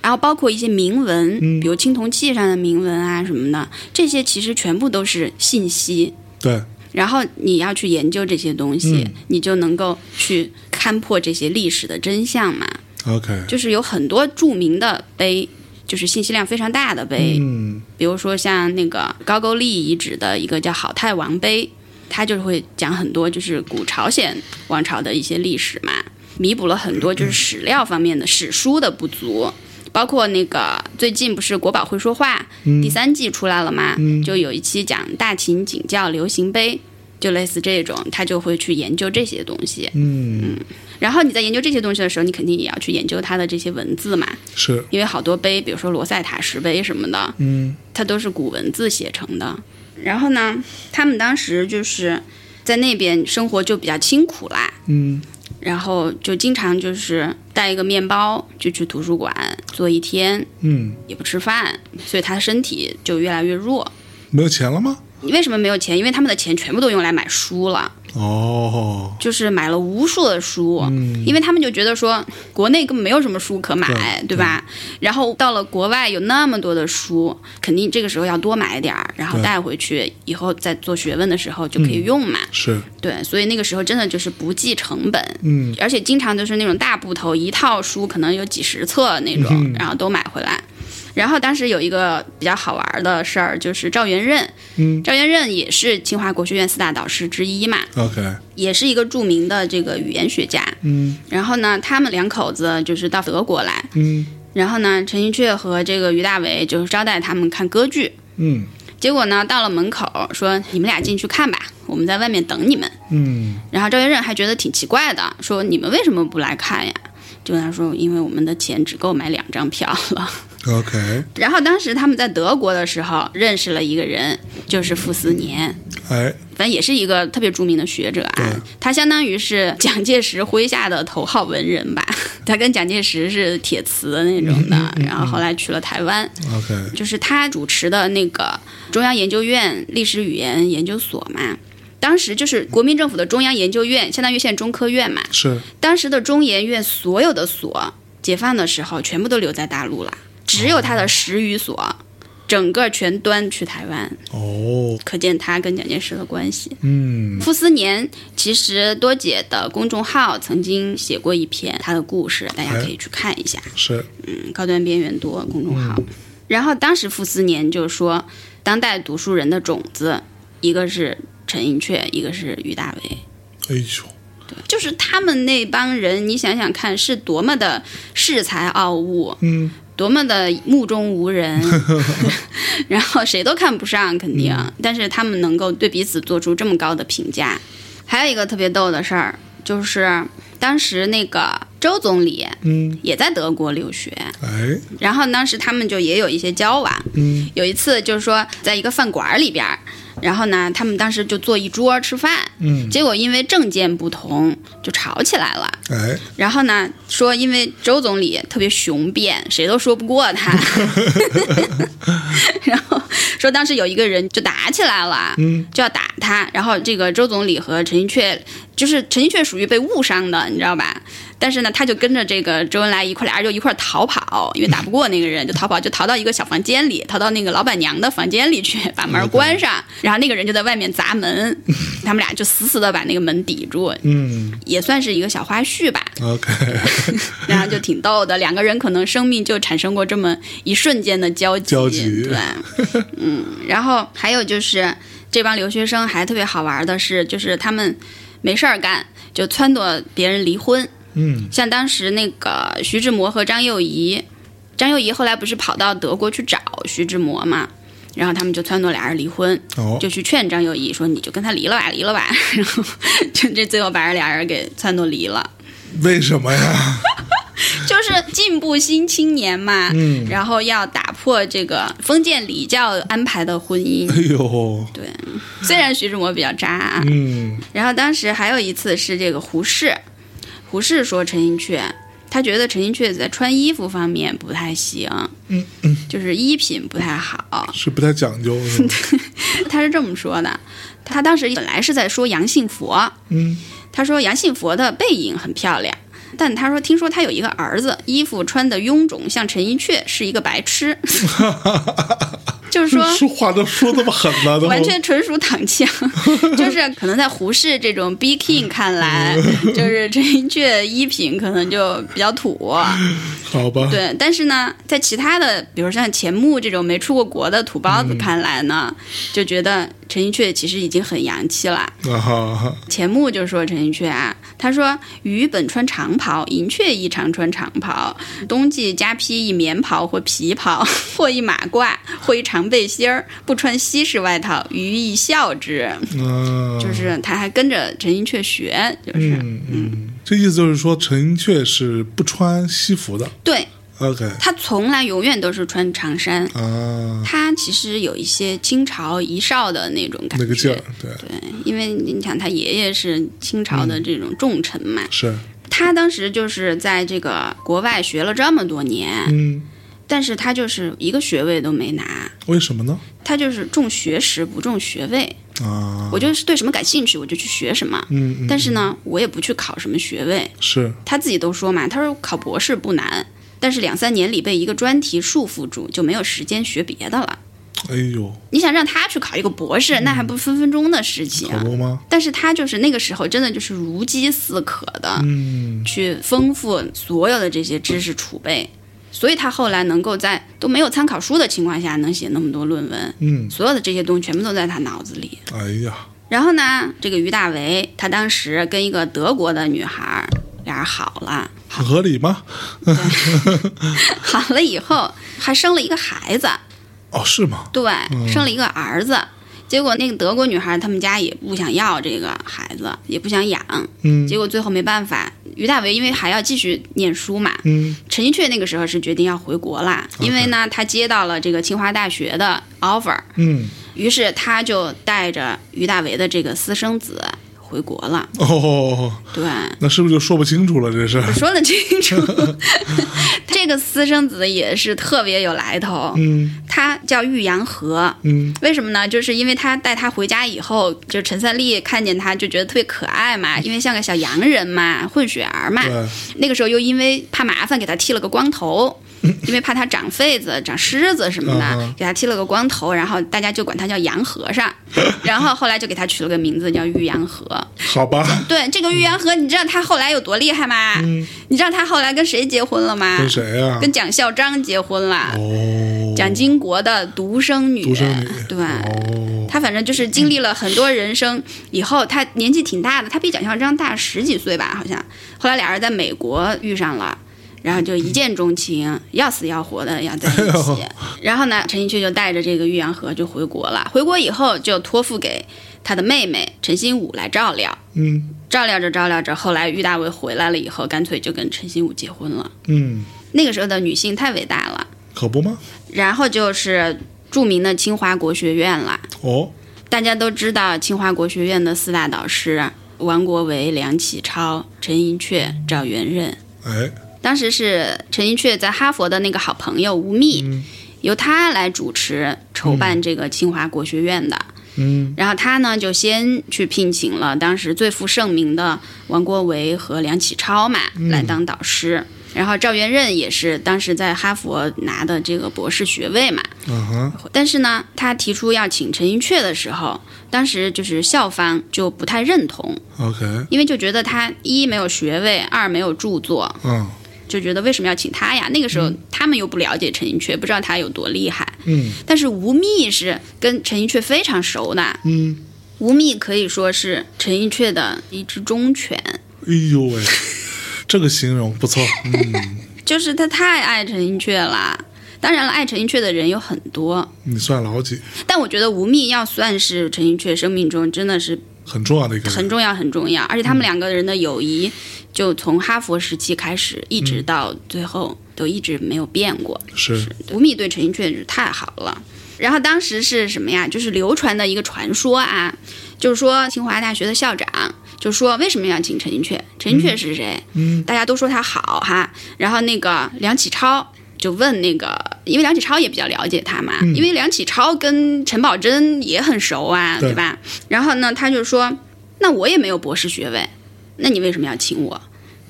然后包括一些铭文，
嗯
比如青铜器上的铭文啊什么的，这些其实全部都是信息。
对，
然后你要去研究这些东西，
嗯
你就能够去勘破这些历史的真相嘛。
OK，
就是有很多著名的碑，就是信息量非常大的碑，
嗯，
比如说像那个高句丽遗址的一个叫好泰王碑，它就是会讲很多就是古朝鲜王朝的一些历史嘛，弥补了很多就是史料方面的史书的不足。包括那个最近不是《国宝会说话》第三季出来了嘛，就有一期讲大秦景教流行碑，就类似这种，他就会去研究这些东西。
嗯，
然后你在研究这些东西的时候，你肯定也要去研究它的这些文字嘛，
是，
因为好多碑，比如说罗塞塔石碑什么的，
嗯
它都是古文字写成的。然后呢，他们当时就是在那边生活就比较清苦啦，
嗯，
然后就经常就是带一个面包就去图书馆坐一天，
嗯，
也不吃饭，所以他身体就越来越弱。
没有钱了吗？
为什么没有钱？因为他们的钱全部都用来买书了，
哦，
就是买了无数的书，
嗯
因为他们就觉得说国内根本没有什么书可买，对
对
吧？然后到了国外有那么多的书，肯定这个时候要多买点儿，然后
对
带回去，以后在做学问的时候就可以用嘛。
是，
对，所以那个时候真的就是不计成本。
嗯
而且经常就是那种大部头，一套书可能有几十册那种，
嗯
然后都买回来。然后当时有一个比较好玩的事儿，就是赵元任，
嗯
赵元任也是清华国学院四大导师之一嘛，
，OK，
也是一个著名的这个语言学家。
嗯
然后呢，他们两口子就是到德国来，
嗯
然后呢，陈寅恪和这个于大为就是招待他们看歌剧。
嗯
结果呢，到了门口说：“你们俩进去看吧，我们在外面等你们。
嗯”
然后赵元任还觉得挺奇怪的，说：“你们为什么不来看呀？”就跟他说：“因为我们的钱只够买两张票了。
，OK，”
然后当时他们在德国的时候认识了一个人，就是傅斯年。
哎，
反正也是一个特别著名的学者啊
对，
他相当于是蒋介石麾下的头号文人吧， 他跟蒋介石是铁磁的那种的，然后后来去了台湾，
OK，
就是他主持的那个中央研究院历史语言研究所嘛。当时就是国民政府的中央研究院，相当于现在中科院嘛。
是
当时的中研院所有的所，解放的时候全部都留在大陆了，只有他的十余所，整个全端去台湾，
哦，
可见他跟蒋介石的关系。
嗯
傅斯年其实多姐的公众号曾经写过一篇她的故事，大家可以去看一下。
是，
嗯，高端边缘多公众号。然后当时傅斯年就说，当代读书人的种子，一个是陈寅恪，一个是于大为。
哎呦，
对，就是他们那帮人，你想想看，是多么的恃才傲物，
嗯
多么的目中无人， 然后谁都看不上，肯定。但是他们能够对彼此做出这么高的评价，还有一个特别逗的事儿，就是当时那个周总理
嗯，
也在德国留学，
哎，
然后当时他们就也有一些交往。
嗯
有一次就是说，在一个饭馆里边儿，然后呢，他们当时就坐一桌吃饭，
嗯，
结果因为政见不同就吵起来了。
哎，
然后呢，说因为周总理特别雄辩，谁都说不过他。然后说当时有一个人就打起来了，
嗯，
就要打他。然后这个周总理和陈寅恪，就是陈寅恪属于被误伤的，你知道吧？但是呢，他就跟着这个周恩来一块儿，俩人就一块儿逃跑，因为打不过那个人，就逃跑，就逃到一个小房间里，逃到那个老板娘的房间里去，把门关上。然后那个人就在外面砸门，他们俩就死死的把那个门抵住，
嗯
也算是一个小花絮吧。
，OK，
然后就挺逗的，两个人可能生命就产生过这么一瞬间的交集，
交集
对， 嗯，然后还有就是这帮留学生还特别好玩的是，就是他们没事儿干就撺掇别人离婚，
嗯
像当时那个徐志摩和张幼仪，张幼仪后来不是跑到德国去找徐志摩嘛，然后他们就撺掇俩人离婚，
哦，
就去劝张幼仪说你就跟他离了吧，离了吧， 然后就这最后把人俩人给撺掇离了。
为什么呀？
就是进步新青年嘛，
嗯
然后要打破这个封建礼教安排的婚姻。
哎呦，
对，虽然徐志摩比较渣啊，
嗯
然后当时还有一次是这个胡适，胡适说陈寅恪，他觉得陈寅恪在穿衣服方面不太行，
嗯嗯，
就是衣品不太好，
是不太讲究是吗？
他是这么说的。他当时本来是在说杨信佛，
嗯，
他说杨信佛的背影很漂亮，但他说听说他有一个儿子，衣服穿的臃肿，像陈寅恪是一个白痴， 就是说。
说话都说这么狠了，都
完全纯属躺枪， 就是可能在胡适这种 B King 看来，就是陈寅恪衣品可能就比较土，
好吧？
对。但是呢，在其他的，比如像钱穆这种没出过国的土包子看来呢，就觉得陈寅恪其实已经很洋气了。
啊哈哈，
钱穆就说陈寅恪啊，他说：“鱼本穿长袍，银雀亦常穿长袍。冬季加披一棉袍或皮袍， 或一马褂，或一长背心儿，不穿西式外套，鱼亦笑之。”
嗯，
就是他还跟着陈寅恪学，就是、
嗯嗯，这意思就是说陈寅恪是不穿西服的
对
，OK
他从来永远都是穿长衫。
啊，
他其实有一些清朝遗少的那种感
那
觉，
个劲儿，对，
对，因为你想他爷爷是清朝
嗯
的这种重臣嘛，
是，
他当时就是在这个国外学了这么多年，
嗯，
但是他就是一个学位都没拿，
为什么呢？
他就是重学识不重学位。
啊，
我就是对什么感兴趣，我就去学什么。
嗯，嗯
但是呢，我也不去考什么学位。
是，
他自己都说嘛，他说考博士不难，但是两三年里被一个专题束缚住，就没有时间学别的了。
哎呦，
你想让他去考一个博士，那还不分分钟的事情
好
啊！
多吗？
但是他就是那个时候真的就是如饥似渴的，
嗯，
去丰富所有的这些知识储备，所以他后来能够在都没有参考书的情况下能写那么多论文，
嗯，
所有的这些东西全部都在他脑子里。
哎呀，
然后呢，这个于大为他当时跟一个德国的女孩儿，俩人好了，
很合理吗？
好了以后还生了一个孩子，
哦，是吗？
对，生了一个儿子。结果那个德国女孩他们家也不想要这个孩子，也不想养，
嗯
结果最后没办法，于大为因为还要继续念书嘛，
嗯，
陈寅恪那个时候是决定要回国啦，因为呢，他接到了这个清华大学的 offer，
嗯，
于是他就带着于大为的这个私生子回国了。
哦，
对，
那是不是就说不清楚了？这是，
说的清 楚，这个私生子也是特别有来头，
嗯
他叫玉阳和。
嗯
为什么呢？就是因为他带他回家以后，就陈三立看见他就觉得特别可爱嘛，因为像个小洋人嘛，混血儿嘛。
对，
那个时候又因为怕麻烦，给他剃了个光头，因为怕他长痱子、长虱子什么
啊
的
哈，
给他剃了个光头，然后大家就管他叫洋和尚，然后后来就给他取了个名字叫玉洋和。
好吧，
对，这个玉洋和，你知道他后来有多厉害吗？你知道他后来跟谁结婚了吗？
嗯跟谁呀？
跟蒋孝章结婚了，
哦，
蒋经国的独生女。
独生女，
对。
哦，
他反正就是经历了很多人生以后，他年纪挺大的，他比蒋孝章大十几岁吧，好像。后来俩人在美国遇上了，然后就一见钟情，要死要活的要在一
哎
起
呦。
然后呢，陈寅恪就带着这个玉阳和就回国了。回国以后就托付给他的妹妹陈心武来照料，
嗯
照料着照料着，后来郁大为回来了以后，干脆就跟陈心武结婚了。
嗯，
那个时候的女性太伟大了，
可不吗？
然后就是著名的清华国学院了。
哦，
大家都知道清华国学院的四大导师：王国维、梁启超、陈寅恪、赵元任。
哎，
当时是陈寅恪在哈佛的那个好朋友吴宓，由他来主持筹办这个清华国学院的。
嗯，
然后他呢就先去聘请了当时最负盛名的王国维和梁启超嘛来当导师，然后赵元任也是当时在哈佛拿的这个博士学位嘛，
嗯哼，
但是呢，他提出要请陈寅恪的时候，当时就是校方就不太认同，
OK，
因为就觉得他一没有学位，二没有著作，
嗯
就觉得为什么要请他呀？那个时候他们又不了解陈寅恪，不知道他有多厉害。
嗯
但是吴宓是跟陈寅恪非常熟的，
嗯，
吴宓可以说是陈寅恪的一只忠犬，
哎呦喂，这个形容不错，嗯，
就是他太爱陈寅恪了。当然了，爱陈寅恪的人有很多，
你算老几？
但我觉得吴宓要算是陈寅恪生命中真的是
很重要的一个人，嗯
很重要，很重要。而且他们两个人的友谊，就从哈佛时期开始，一
嗯
直到最后都一直没有变过。
是，
吴宓对陈寅恪是太好了。然后当时是什么呀？就是流传的一个传说啊，就是说清华大学的校长就说为什么要请陈寅恪？陈寅恪是谁？
嗯
大家都说他好哈。然后那个梁启超就问那个，因为梁启超也比较了解他嘛，
嗯
因为梁启超跟陈宝箴也很熟啊，
对
对吧？然后呢，他就说，那我也没有博士学位，那你为什么要请我？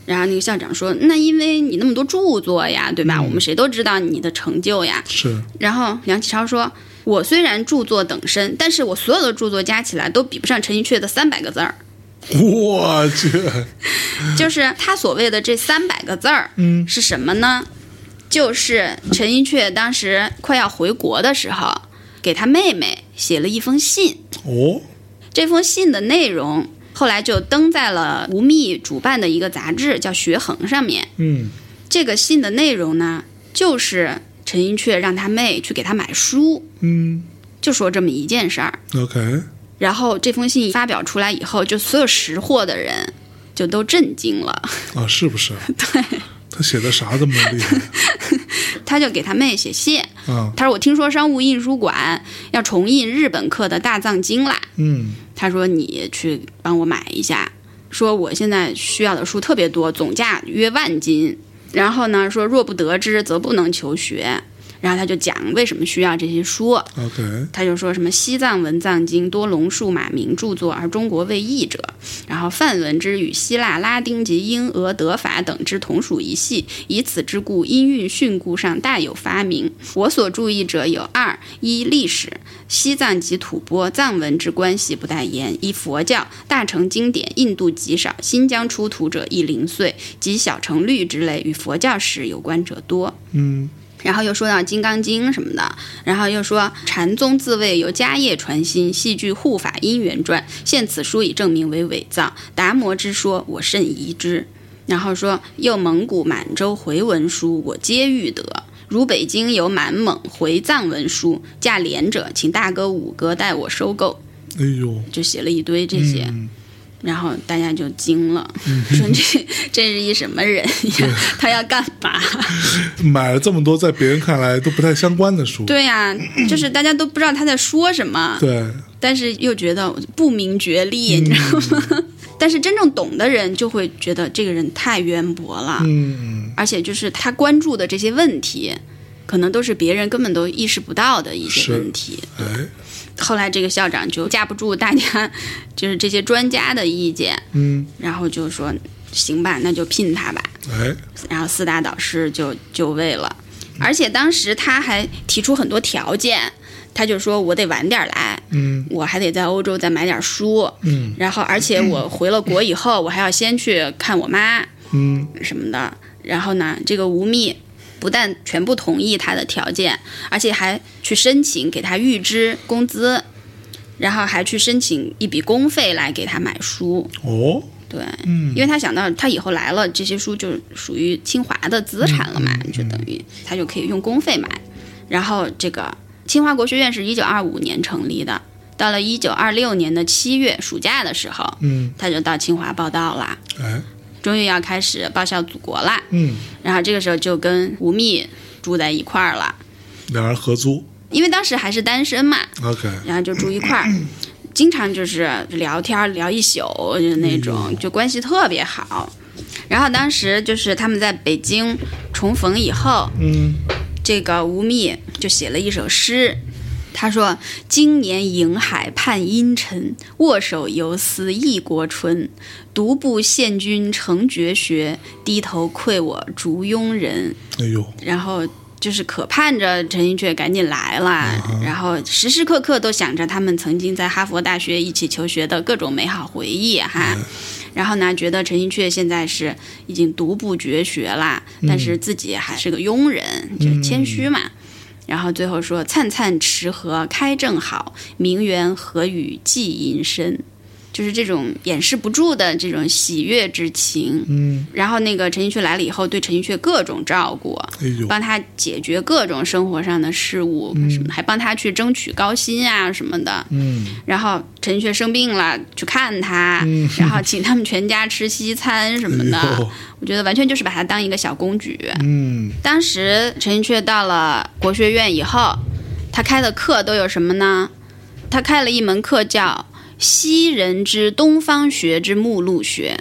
然后那个校长说：“那因为你那么多著作呀，对吧？我们谁都知道你的成就呀。
是，”
然后梁启超说：“我虽然著作等身，但是我所有的著作加起来都比不上陈寅恪的三百个字儿。
我去，
就是他所谓的这三百个字儿，
嗯
是什么呢？就是陈寅恪当时快要回国的时候，给他妹妹写了一封信。
哦，
这封信的内容后来就登在了吴宓主办的一个杂志，叫《学衡》上面。
嗯，
这个信的内容呢，就是陈寅恪让他妹去给他买书，
嗯
就说这么一件事儿。
，OK，
然后这封信发表出来以后，就所有识货的人就都震惊了。
啊，是不是？对，他写的啥这么厉 害
他就给他妹写信，
啊？
他说：“我听说商务印书馆要重印日本刻的《大藏经》啦。
嗯”
他说：“你去帮我买一下。”说：“我现在需要的书特别多，总价约万金。”然后呢，说：“若不得之，则不能求学。”然后他就讲为什么需要这些书。
，OK，
他就说什么西藏文藏经多龙数马名著作，而中国为译者。然后梵文之与希腊、拉丁及英、俄、德、法等之同属一系，以此之故，音韵训诂上大有发明。我所注意者有二：一、历史，西藏及吐蕃藏文之关系不待言；一、佛教，大乘经典印度极少，新疆出土者亦零碎，及小乘律之类与佛教史有关者多。
嗯
然后又说到《金刚经》什么的，然后又说禅宗自谓由家业传心，戏剧护法因缘传，现此书已证明为伪造。达摩之说，我甚疑之。然后说又蒙古、满洲回文书，我皆欲得。如北京有满蒙回藏文书，价廉者，请大哥五哥代我收购。
哎呦，
就写了一堆这些，
嗯
然后大家就惊了，说这这是一什么人呀？他要干嘛？
买了这么多，在别人看来都不太相关的书，
对呀、就是大家都不知道他在说什么，
对，
但是又觉得不明觉厉，
嗯
你知道吗？ 但是真正懂的人就会觉得这个人太渊博了，
嗯，
而且就是他关注的这些问题，可能都是别人根本都意识不到的一
是
些问题。
哎，
后来这个校长就架不住大家就是这些专家的意见，
嗯，
然后就说行吧，那就聘他吧。
哎，
然后四大导师就就位了，
嗯
而且当时他还提出很多条件，他就说我得晚点来，
嗯
我还得在欧洲再买点书，
嗯
然后而且我回了国以后，我还要先去看我妈
嗯，
什么的。然后呢，这个吴宓不但全部同意他的条件，而且还去申请给他预支工资，然后还去申请一笔公费来给他买书。
哦，
对，
嗯
因为他想到他以后来了，这些书就属于清华的资产了嘛，就等于他就可以用公费买。然后这个清华国学院是一九二五年成立的，到了一九二六年的七月暑假的时候，
嗯，
他就到清华报道啦，
哎，
终于要开始报效祖国啦。
嗯，
然后这个时候就跟吴宓住在一块儿了，
两人合租
因为当时还是单身嘛，
，OK，
然后就住一块儿。经常就是聊天聊一宿就那种，就关系特别好。然后当时就是他们在北京重逢以后，
嗯，
这个吴宓就写了一首诗，他说：“今年瀛海盼阴沉，握手犹思异国春。独步献君成绝学，低头愧我竹庸人。
哎呦，”
然后就是可盼着陈寅恪赶紧来了，然后时时刻刻都想着他们曾经在哈佛大学一起求学的各种美好回忆哈。然后呢，觉得陈寅恪现在是已经独步绝学啦，但是自己还是个庸人，就是谦虚嘛。然后最后说：“灿灿池河开正好，名园何语寄吟深。”就是这种掩饰不住的这种喜悦之情。
嗯，
然后那个陈寅恪来了以后，对陈寅恪各种照顾，
哎呦，
帮他解决各种生活上的事务，什么还帮他去争取高薪啊什么的。
嗯，
然后陈奕迅生病了，去看他，然后请他们全家吃西餐什么的。
哎呦，
我觉得完全就是把他当一个小公举。
嗯，
当时陈奕迅到了国学院以后，他开的课都有什么呢？他开了一门课叫《西人之东方学之目录学》。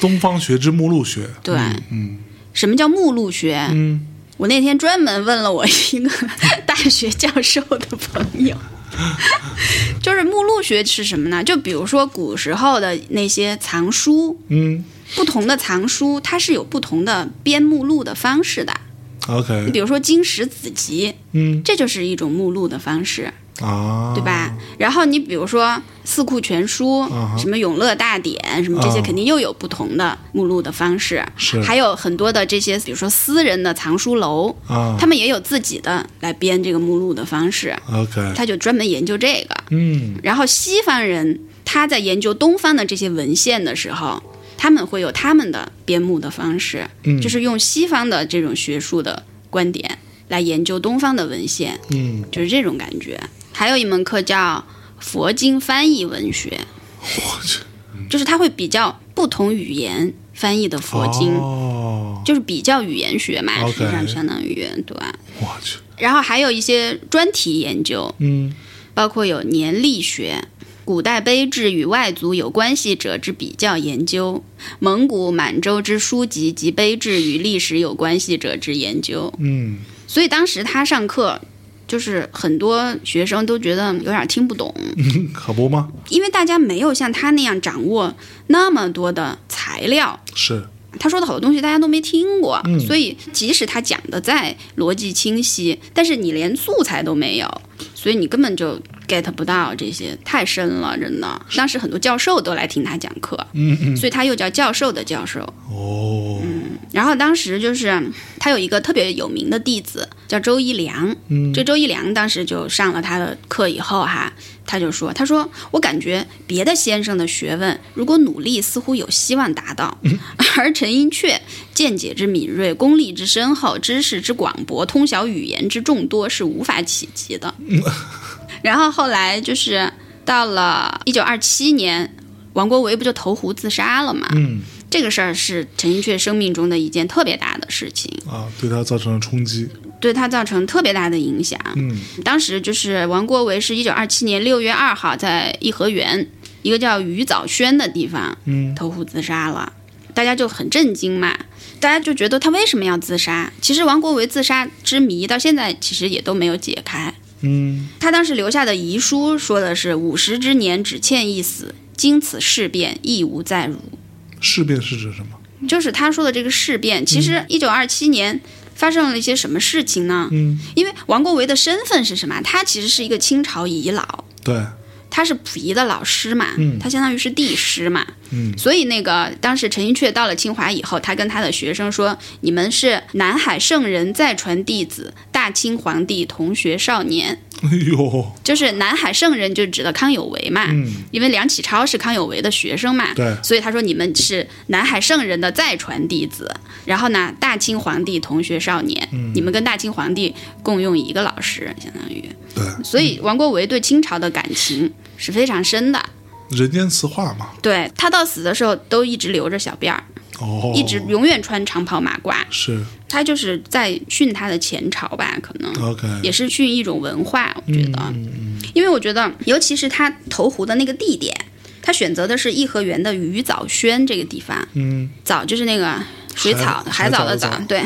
东方学之目录学，
对，
嗯
什么叫目录学？
嗯，
我那天专门问了我一个 大学教授的朋 友，就是目录学是什么呢？就比如说古时候的那些藏书，
嗯
不同的藏书它是有不同的编目录的方式的。你
，OK，
比如说经史子集，
嗯
这就是一种目录的方式，
啊，
对吧？？然后你比如说《四库全书》
啊哈
什么《永乐大典》、什么这些，
啊
肯定又有不同的目录的方式。
是
还有很多的这些，比如说私人的藏书楼，
啊
他们也有自己的来编这个目录的方式，
，OK，
他就专门研究这个。
嗯
然后西方人他在研究东方的这些文献的时候，他们会有他们的编目的方式，
嗯
就是用西方的这种学术的观点来研究东方的文献，
嗯，
就是这种感觉。还有一门课叫佛经翻译文学，
我去，
就是他会比较不同语言翻译的佛经，
哦，
就是比较语言学嘛，实际上
OK
相当于对。
我去，
然后还有一些专题研究，
嗯
包括有年历学、古代碑志与外族有关系者之比较研究、蒙古、满洲之书籍及碑志与历史有关系者之研究。
嗯
所以当时他上课，就是很多学生都觉得有点听不懂，
嗯，可不吗？
因为大家没有像他那样掌握那么多的材料。
是，
他说的好多东西大家都没听过，
嗯
所以即使他讲的再逻辑清晰，但是你连素材都没有，所以你根本就 get 不到这些，太深了，真的。当时很多教授都来听他讲课，
嗯嗯，
所以他又叫教授的教授。
哦，
然后当时就是他有一个特别有名的弟子叫周一良，
嗯
这周一良当时就上了他的课以后哈，他就说，他说我感觉别的先生的学问如果努力似乎有希望达到， 而陈寅恪见解之敏锐、功力之深厚、知识之广博、通晓语言之众多是无法企及的。 然后后来就是到了一九二七年，王国维不就投湖自杀了嘛？
嗯
这个事儿是陈寅恪生命中的一件特别大的事情，
啊，对他造成了冲击，
对他造成特别大的影响。
嗯
当时就是王国维是一九二七年六月二号在颐和园一个叫鱼藻轩的地方
嗯
投湖自杀了，大家就很震惊嘛，大家就觉得他为什么要自杀？其实王国维自杀之谜到现在其实也都没有解开。
嗯
他当时留下的遗书说的是“五十之年只欠一死，经此事变亦无再辱”。
事变是指什么？
就是他说的这个事变，其实一九二七年发生了一些什么事情呢？
嗯，
因为王国维的身份是什么？他其实是一个清朝遗老，
对，
他是溥仪的老师嘛，
嗯
他相当于是帝师嘛，
嗯
所以那个当时陈寅恪到了清华以后，他跟他的学生说：“你们是南海圣人再传弟子，大清皇帝同学少年。”
哎呦，
就是南海圣人就指的康有为嘛，
嗯
因为梁启超是康有为的学生嘛，
对
所以他说你们是南海圣人的再传弟子，然后呢，大清皇帝同学少年，
嗯
你们跟大清皇帝共用一个老师，相当于，
对，
所以王国维对清朝的感情是非常深的，
人间词话嘛，
对他到死的时候都一直留着小辫儿，
哦，
一直永远穿长袍马褂。
是
他就是在训他的前朝吧，可能
OK，
也是训一种文化，我觉得，因为我觉得，尤其是他投湖的那个地点，他选择的是颐和园的鱼藻轩这个地方，
嗯，
藻就是那个水草，
海海
藻
藻
的
的
藻
藻，
对。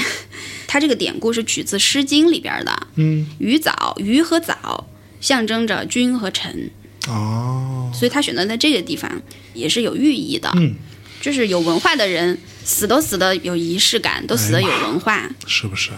他这个典故是取自《诗经》里边的，
嗯，
鱼藻，鱼和藻象征着君和臣，
哦，
所以他选择在这个地方也是有寓意的，
嗯，
就是有文化的人死都死的有仪式感，都死的有文化，
是不是？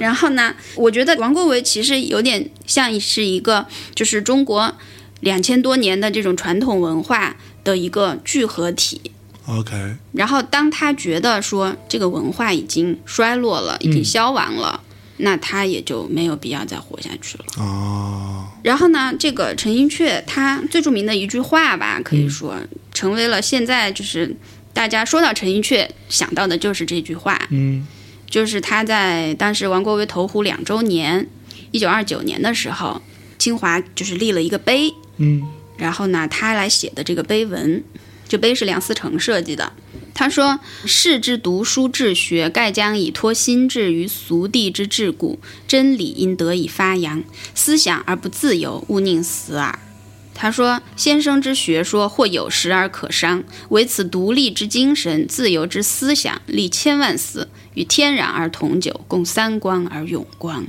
然后呢，我觉得王国维其实有点像是一个，就是中国两千多年的这种传统文化的一个聚合体。
OK，
然后，当他觉得说这个文化已经衰落了，已经消亡了，那他也就没有必要再活下去了。
哦，
然后呢，这个陈寅恪他最著名的一句话吧，可以说、成为了现在就是大家说到陈寅恪想到的就是这句话。
嗯
就是他在当时王国维投湖两周年，一九二九年的时候，清华就是立了一个碑，
嗯
然后呢，他来写的这个碑文，这碑是梁思成设计的。他说：“士之读书治学，盖将以托心志于俗地之桎梏，真理应得以发扬。思想而不自由，勿宁死耳。”他说：“先生之学说，或有时而可伤，唯此独立之精神、自由之思想，立千万思，与天然而同久，共三光而永光。”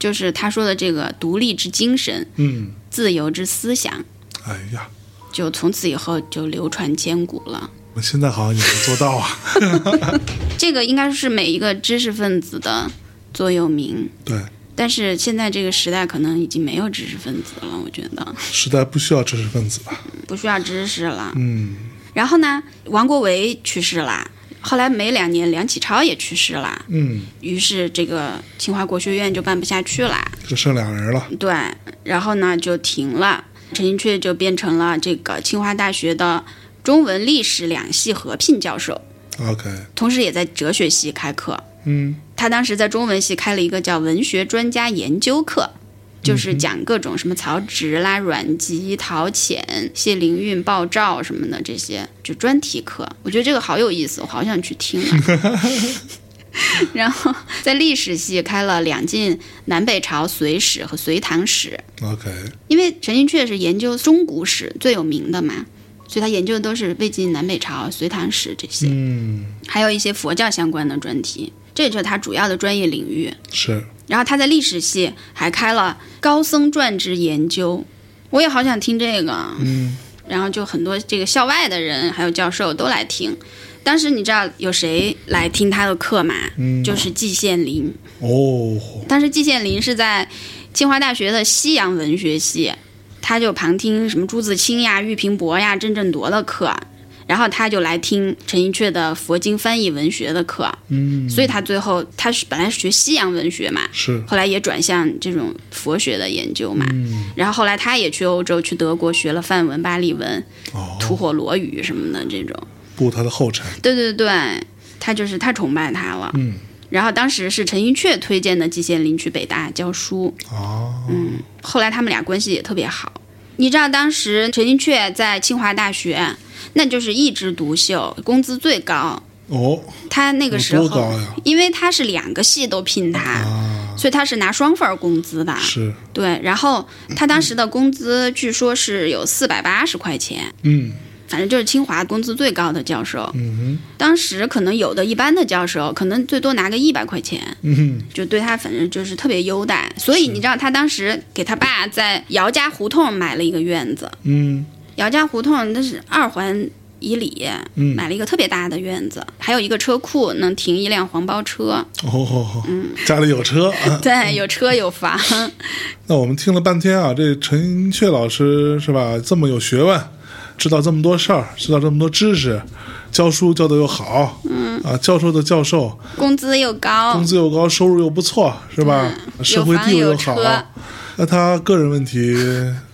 就是他说的这个独立之精神，
嗯，
自由之思想，
哎呀，
就从此以后就流传千古了。
我现在好像也能做到啊。
这个应该是每一个知识分子的座右铭，
对，
但是现在这个时代可能已经没有知识分子了，我觉得
时代不需要知识分子吧？
不需要知识了。
嗯
然后呢，王国维去世啦，后来没两年，梁启超也去世啦，
嗯，
于是这个清华国学院就办不下去啦。
就剩俩人了。
对，然后呢就停了，陈寅恪就变成了这个清华大学的中文历史两系合聘教授。
OK，
同时也在哲学系开课。
嗯
他当时在中文系开了一个叫文学专家研究课，就是讲各种什么曹植啦、阮籍、陶潜、谢灵运、鲍照什么的这些，就专题课。我觉得这个好有意思，我好想去听啊。 然后在历史系开了两晋南北朝隋史和隋唐史，
，OK，
因为陈寅恪是研究中古史最有名的嘛，所以他研究的都是魏晋南北朝、隋唐史这些。
嗯，
还有一些佛教相关的专题，这就是他主要的专业领域。
是
然后他在历史系还开了高僧传之研究，我也好想听这个。
嗯，
然后就很多这个校外的人还有教授都来听。当时你知道有谁来听他的课吗？
嗯
就是季羡林。
哦，
当时季羡林是在清华大学的西洋文学系，他就旁听什么朱自清呀、俞平伯呀、郑振铎的课，然后他就来听陈寅恪的佛经翻译文学的课，
嗯，
所以他最后他是本来是学西洋文学嘛，
是，
后来也转向这种佛学的研究嘛。
嗯，
然后后来他也去欧洲，去德国学了梵文、巴利文、
哦，
吐火罗语什么的这种。
步他的后尘。
对对对，他就是太崇拜他了。
嗯，
然后当时是陈寅恪推荐的季羡林去北大教书，
哦，
后来他们俩关系也特别好。你知道当时陈寅恪在清华大学，那就是一枝独秀，工资最高。
哦，
他那个时
有多高
候
呀，
因为他是两个系都聘他，
啊，
所以他是拿双份儿工资的。
是，
对，然后他当时的工资据说是有四百八十块钱，
嗯
反正就是清华工资最高的教授。
嗯
当时可能有的一般的教授，可能最多拿个一百块钱。
哼嗯
就对他反正就是特别优待，所以你知道他当时给他爸在姚家胡同买了一个院子，
嗯
姚家胡同那是二环以里，
嗯
买了一个特别大的院子，还有一个车库能停一辆黄包车，
哦哦，
嗯
家里有车。 啊
对，有车有房，
那我们听了半天啊，这陈寅恪老师是吧？这么有学问，知道这么多事儿，知道这么多知识，教书教的又好，嗯啊，教授的教授，
工资又高
工，资又高，收入又不错，是吧？社会地位又好
嗯有房有车。
那他个人问 题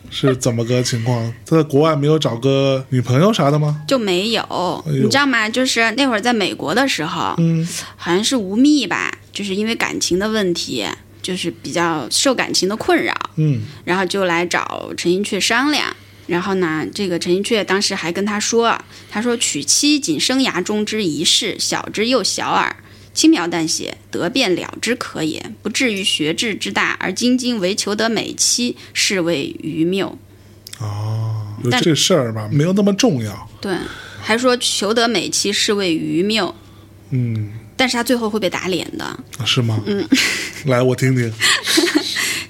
是怎么个情况？他在国外没有找个女朋友啥的吗？
就没有，
哎呦
你知道吗？就是那会儿在美国的时候，
嗯
好像是吴宓吧，就是因为感情的问题，就是比较受感情的困扰，
嗯
然后就来找陈寅恪商量，然后呢，这个陈寅恪当时还跟他说：“他说娶妻仅生涯中之一事，小之又小耳，轻描淡写，得便了之可也，不至于学制之大而兢兢为求得美妻，是谓愚谬。
哦，就
但
这事儿吧，没有那么重要。”
对，还说求得美妻是谓愚谬，
嗯，
但是他最后会被打脸的。
是吗？嗯， 来，我听听。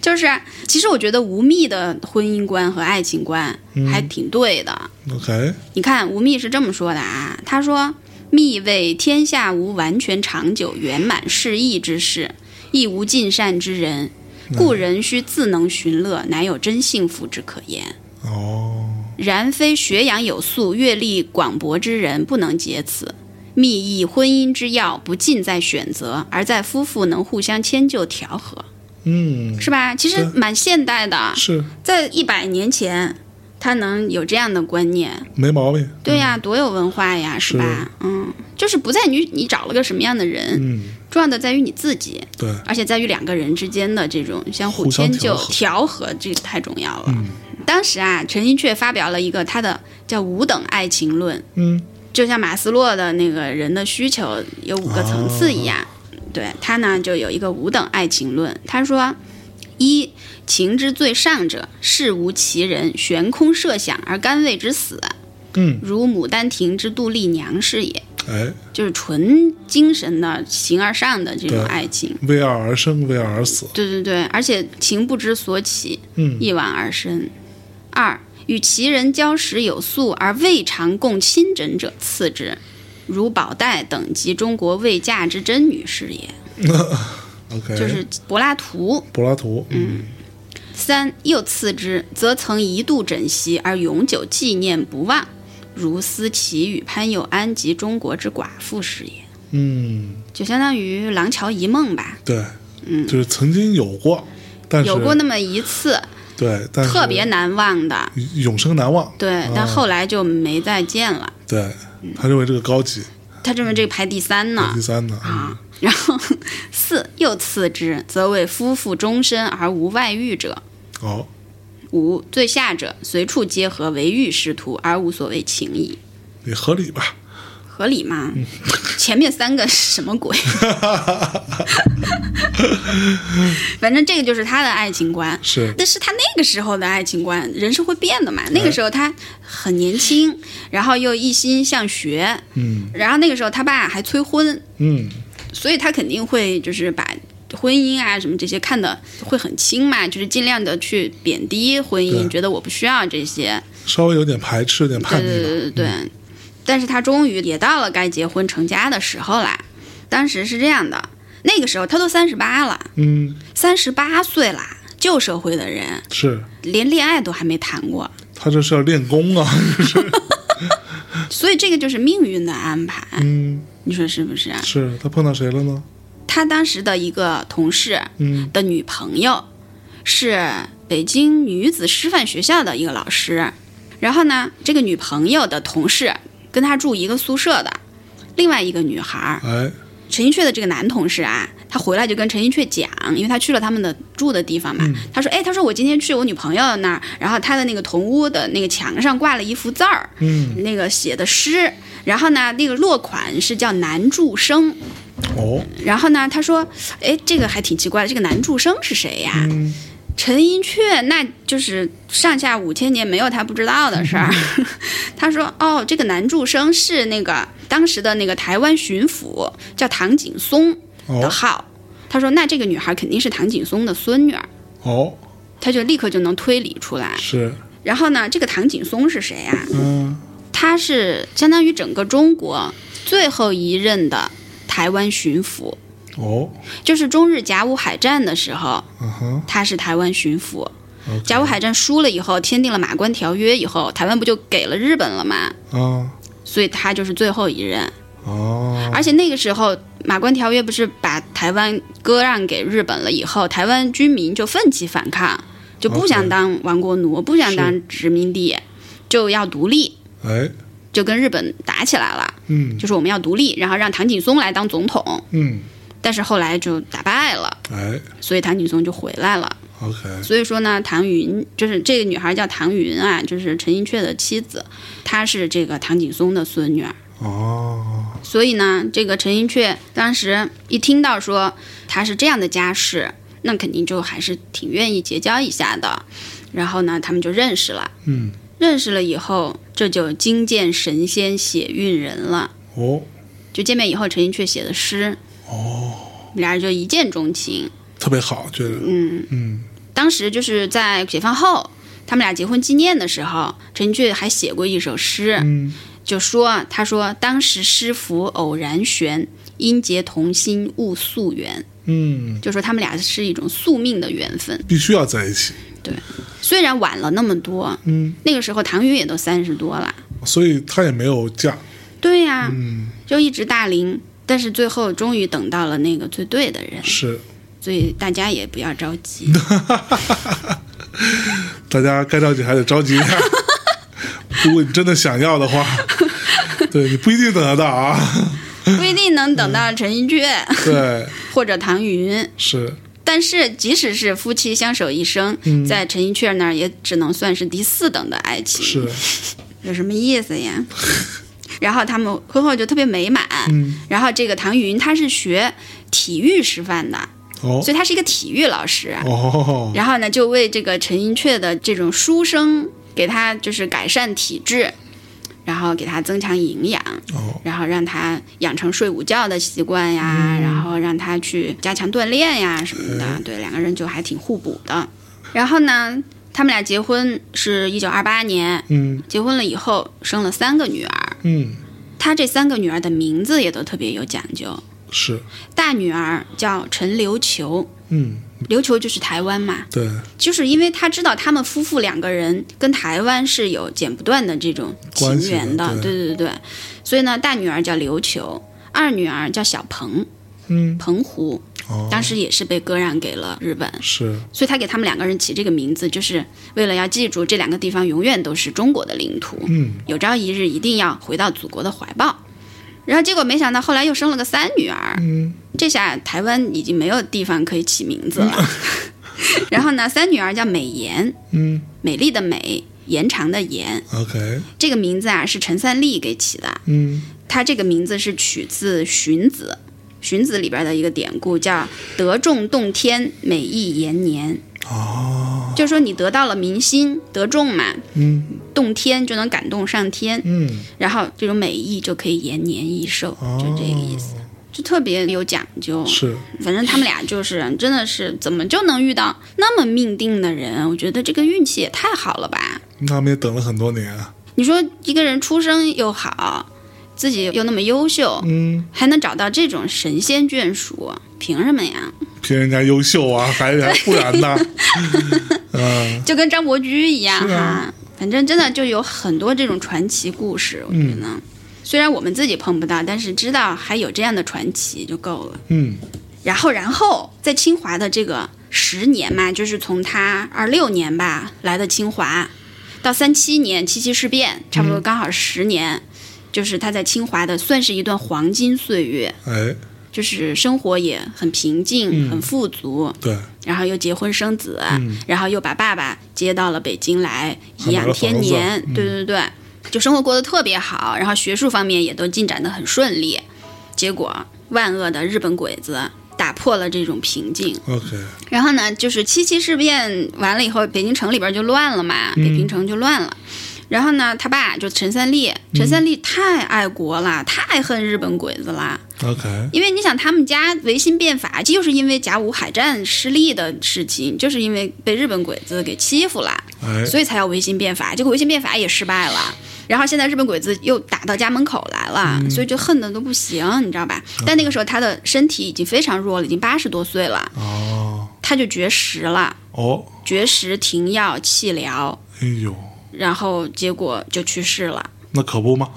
就是，其实我觉得吴宓的婚姻观和爱情观还挺对的。
OK，
你看，吴宓是这么说的啊，他说：“宓谓天下无完全长久、圆满适意之事，亦无尽善之人。故人须自能寻乐，乃有真幸福之可言。
哦，
然非学养有素、阅历广博之人不能解此。”密意婚姻之要，不尽在选择，而在夫妇能互相迁就调和，
嗯，
是吧？其实
对
蛮现代的，
是
在一百年前，他能有这样的观念，
没毛病。
对呀、多有文化呀，嗯是吧？嗯，就是不在于你找了个什么样的人，
嗯，
重要的在于你自己，
对，
而且在于两个人之间的这种相互
互相
迁就、
调和嗯
调和，这个太重要了。当时啊，陈寅恪发表了一个他的叫“五等爱情论
嗯，”，
就像马斯洛的那个人的需求有五个层次一样，对他呢就有一个五等爱情论，他说。一情之最上者，事无其人，悬空设想而甘为之死，
嗯，
如牡丹亭之杜丽娘是也，
哎，
就是纯精神的形而上的这种
对
爱情。
为爱而生，为爱而死。
对对对，而且情不知所起，
嗯
一往而深。二与其人交识有素而未尝共亲枕者，次之，如宝黛等及中国未嫁之真女是也，
OK，
就是柏拉图。
柏拉图。嗯，
三又次之，则曾一度枕席而永久纪念不忘，如思齐与潘友安及中国之寡妇是也，
嗯，
就相当于廊桥遗梦吧，
对，嗯，就是曾经有过，但是
有过那么一次
对，但是
特别难忘的，
永生难忘。
对，但后来就没再见了。
对，他认为这个高级，
他认为这个排第三呢
第，三呢？嗯
啊， 然后四又次之，则为夫妇终身而无外遇者。
哦，
五最下者，随处皆合，为欲是徒，而无所谓情矣。
也合理吧？
合理吗？前面三个是什么鬼？ 反正这个就是他的爱情观，
是，
但是他那个时候的爱情观，人是会变的嘛。那个时候他很年轻，然后又一心向学，
嗯
然后那个时候他爸还催婚，
嗯，
所以他肯定会就是把。婚姻啊，什么这些看的会很轻嘛，就是尽量的去贬低婚姻，
对
觉得我不需要这些，
稍微有点排斥，有点
对
叛逆嗯
对
吧。
对对对。但是他终于也到了该结婚成家的时候啦。当时是这样的，那个时候他都三十八了，
嗯，
三十八岁啦，旧社会的人
是
连恋爱都还没谈过，
他这是要练功啊。
所以这个就是命运的安排，
嗯，
你说是不是？
是他碰到谁了呢？
他当时的一个同事
嗯
的女朋友是北京女子师范学校的一个老师，然后呢，这个女朋友的同事跟他住一个宿舍的，另外一个女孩儿
哎，
陈寅恪的这个男同事啊，他回来就跟陈寅恪讲，因为他去了他们的住的地方嘛，他说，哎，他说我今天去我女朋友那儿，然后他的那个同屋的那个墙上挂了一幅字儿，
嗯，
那个写的诗，然后呢，那个落款是叫南柱生，
哦，
然后呢，他说，哎，这个还挺奇怪的，这个南柱生是谁呀？
嗯，
陈寅恪那就是上下五千年没有他不知道的事儿。他说：“哦，这个南柱生是那个当时的那个台湾巡抚叫唐景崧的
哦
号。他说：“那这个女孩肯定是唐景崧的孙女儿。”
哦，
他就立刻就能推理出来。
是，
然后呢，这个唐景崧是谁啊？
嗯，
他是相当于整个中国最后一任的台湾巡抚，
哦，
就是中日甲午海战的时候，
嗯哼，
他是台湾巡抚。
OK
甲午海战输了以后，签订了马关条约以后，台湾不就给了日本了吗？
啊，
所以他就是最后一任。
哦，
而且那个时候，马关条约不是把台湾割让给日本了以后，台湾居民就奋起反抗，就不
OK
想当亡国奴，不想当殖民地，就要独立，
哎，
就跟日本打起来了，
嗯
就是我们要独立，然后让唐景崧来当总统。
嗯，
但是后来就打败了，
哎，
所以唐景崧就回来了。
啊、 OK，
所以说呢，唐云就是这个女孩叫唐云啊，就是陈寅恪的妻子，她是这个唐景崧的孙女儿。
哦，
所以呢，这个陈寅恪当时一听到说他是这样的家世，那肯定就还是挺愿意结交一下的。然后呢，他们就认识了。
嗯，
认识了以后，这就惊见神仙写韵人了。
哦，
就见面以后，陈寅恪写的诗，哦，俩人就一见钟情。
特别好，觉得，嗯嗯，
当时就是在解放后，他们俩结婚纪念的时候，陈寅恪还写过一首诗，
嗯
就说他说当时诗符偶然悬，因结同心悟宿缘，
嗯，
就说他们俩是一种宿命的缘分。
必须要在一起，
虽然晚了那么多，
嗯，
那个时候唐云也都三十多了，
所以他也没有嫁，
对呀、
嗯，
就一直大龄。但是最后终于等到了那个最对的人，
是，
所以大家也不要着 急。
大家该着急还得着急一下。如果你真的想要的话，对你不一定等得到啊。
不一定能等到陈寅恪
对，
或者唐云，
是
但是即使是夫妻相守一生，
嗯
在陈寅恪那儿也只能算是第四等的爱情，
是，
有什么意 思呀？然后他们婚后就特别美满。
嗯，
然后这个唐云他是学体育师范的，
哦
所以他是一个体育老师。
哦，
然后呢，就为这个陈寅恪的这种书生，给他就是改善体质，然后给他增强营养，
哦
然后让他养成睡午觉的习惯呀，然后让他去加强锻炼呀什么的。对，两个人就还挺互补的。然后呢，他们俩结婚是一九二八年，
嗯
结婚了以后生了三个女儿，
嗯，
他这三个女儿的名字也都特别有讲究。
是，
大女儿叫陈琉球，
嗯，
琉球就是台湾嘛，
对，
就是因为他知道他们夫妇两个人跟台湾是有剪不断的这种
关
情
系的
缘的，
对
对对对，所以呢，大女儿叫琉球，二女儿叫小澎，
嗯，
澎湖，
哦，
当时也是被割让给了日本，
是，
所以他给他们两个人起这个名字，就是为了要记住这两个地方永远都是中国的领土，
嗯，
有朝一日一定要回到祖国的怀抱。然后结果没想到后来又生了个三女儿，
嗯，
这下台湾已经没有地方可以起名 字了。然后呢，三女儿叫美颜，
嗯
美丽的美，延长的延，
，OK，
这个名字啊是陈三立给起的，
嗯，
他这个名字是取自《荀子》，《荀子》里边的一个典故叫“得众动天，美意延年”。
哦，
就说你得到了民心，得众嘛，
嗯
动天就能感动上天，
嗯，哦
然后这种美意就可以延年益寿，就这个意思，就特别有讲究。
是，
反正他们俩就是真的是怎么就能遇到那么命定的人？我觉得这个运气也太好了吧！
那他们也等了很多年，啊
你说一个人出生又好，自己又那么优秀，
嗯，
还能找到这种神仙眷属，凭什么呀？
凭人家优秀啊，还还不然 呢？嗯
就跟张伯驹一样
是
哈、
啊
反正真的就有很多这种传奇故事，我觉得。
嗯
虽然我们自己碰不到，但是知道还有这样的传奇就够了。
嗯，
然后，然后在清华的这个十年嘛，就是从他二六年吧来的清华，到三七年七七事变，差不
嗯
多刚好十年，就是他在清华的算是一段黄金岁月，
哎，
就是生活也很平静、
嗯
很富足，
对，
然后又结婚生子，
嗯
然后又把爸爸接到了北京来颐
还买
养
了
天
房子
年，
嗯
对对对，就生活过得特别好，然后学术方面也都进展得很顺利。结果万恶的日本鬼子打破了这种平静，
，OK，
然后呢，就是七七事变完了以后，北京城里边就乱了嘛，
嗯
北平城就乱了。然后呢，他爸就陈三立，陈三立太爱国了，太恨日本鬼子了。
OK，
因为你想，他们家维新变法，就是因为甲午海战失利的事情，就是因为被日本鬼子给欺负了，
哎，
所以才要维新变法。结果维新变法也失败了，然后现在日本鬼子又打到家门口来了，
嗯
所以就恨的都不行，你知道吧？但那个时候他的身体已经非常弱了，已经八十多岁了，
哦，
他就绝食了，
哦，
绝食停药气疗，
哎呦，
然后结果就去世了。
那可不嘛，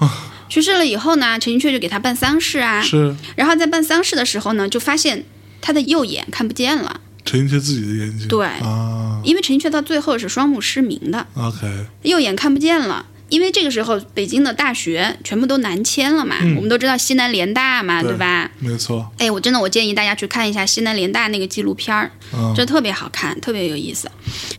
去世了以后呢，陈寅恪就给他办丧事 啊，
是
然后在办丧事的时候呢，就发现他的右眼看不见了，
陈寅恪自己的眼睛，
对
啊
因为陈寅恪到最后是双目失明的，
，OK，
右眼看不见了。因为这个时候北京的大学全部都南迁了嘛，我们都知道西南联大嘛，对吧？
没错，
哎，我真的我建议大家去看一下西南联大那个纪录片儿，
嗯
这特别好看，特别有意思。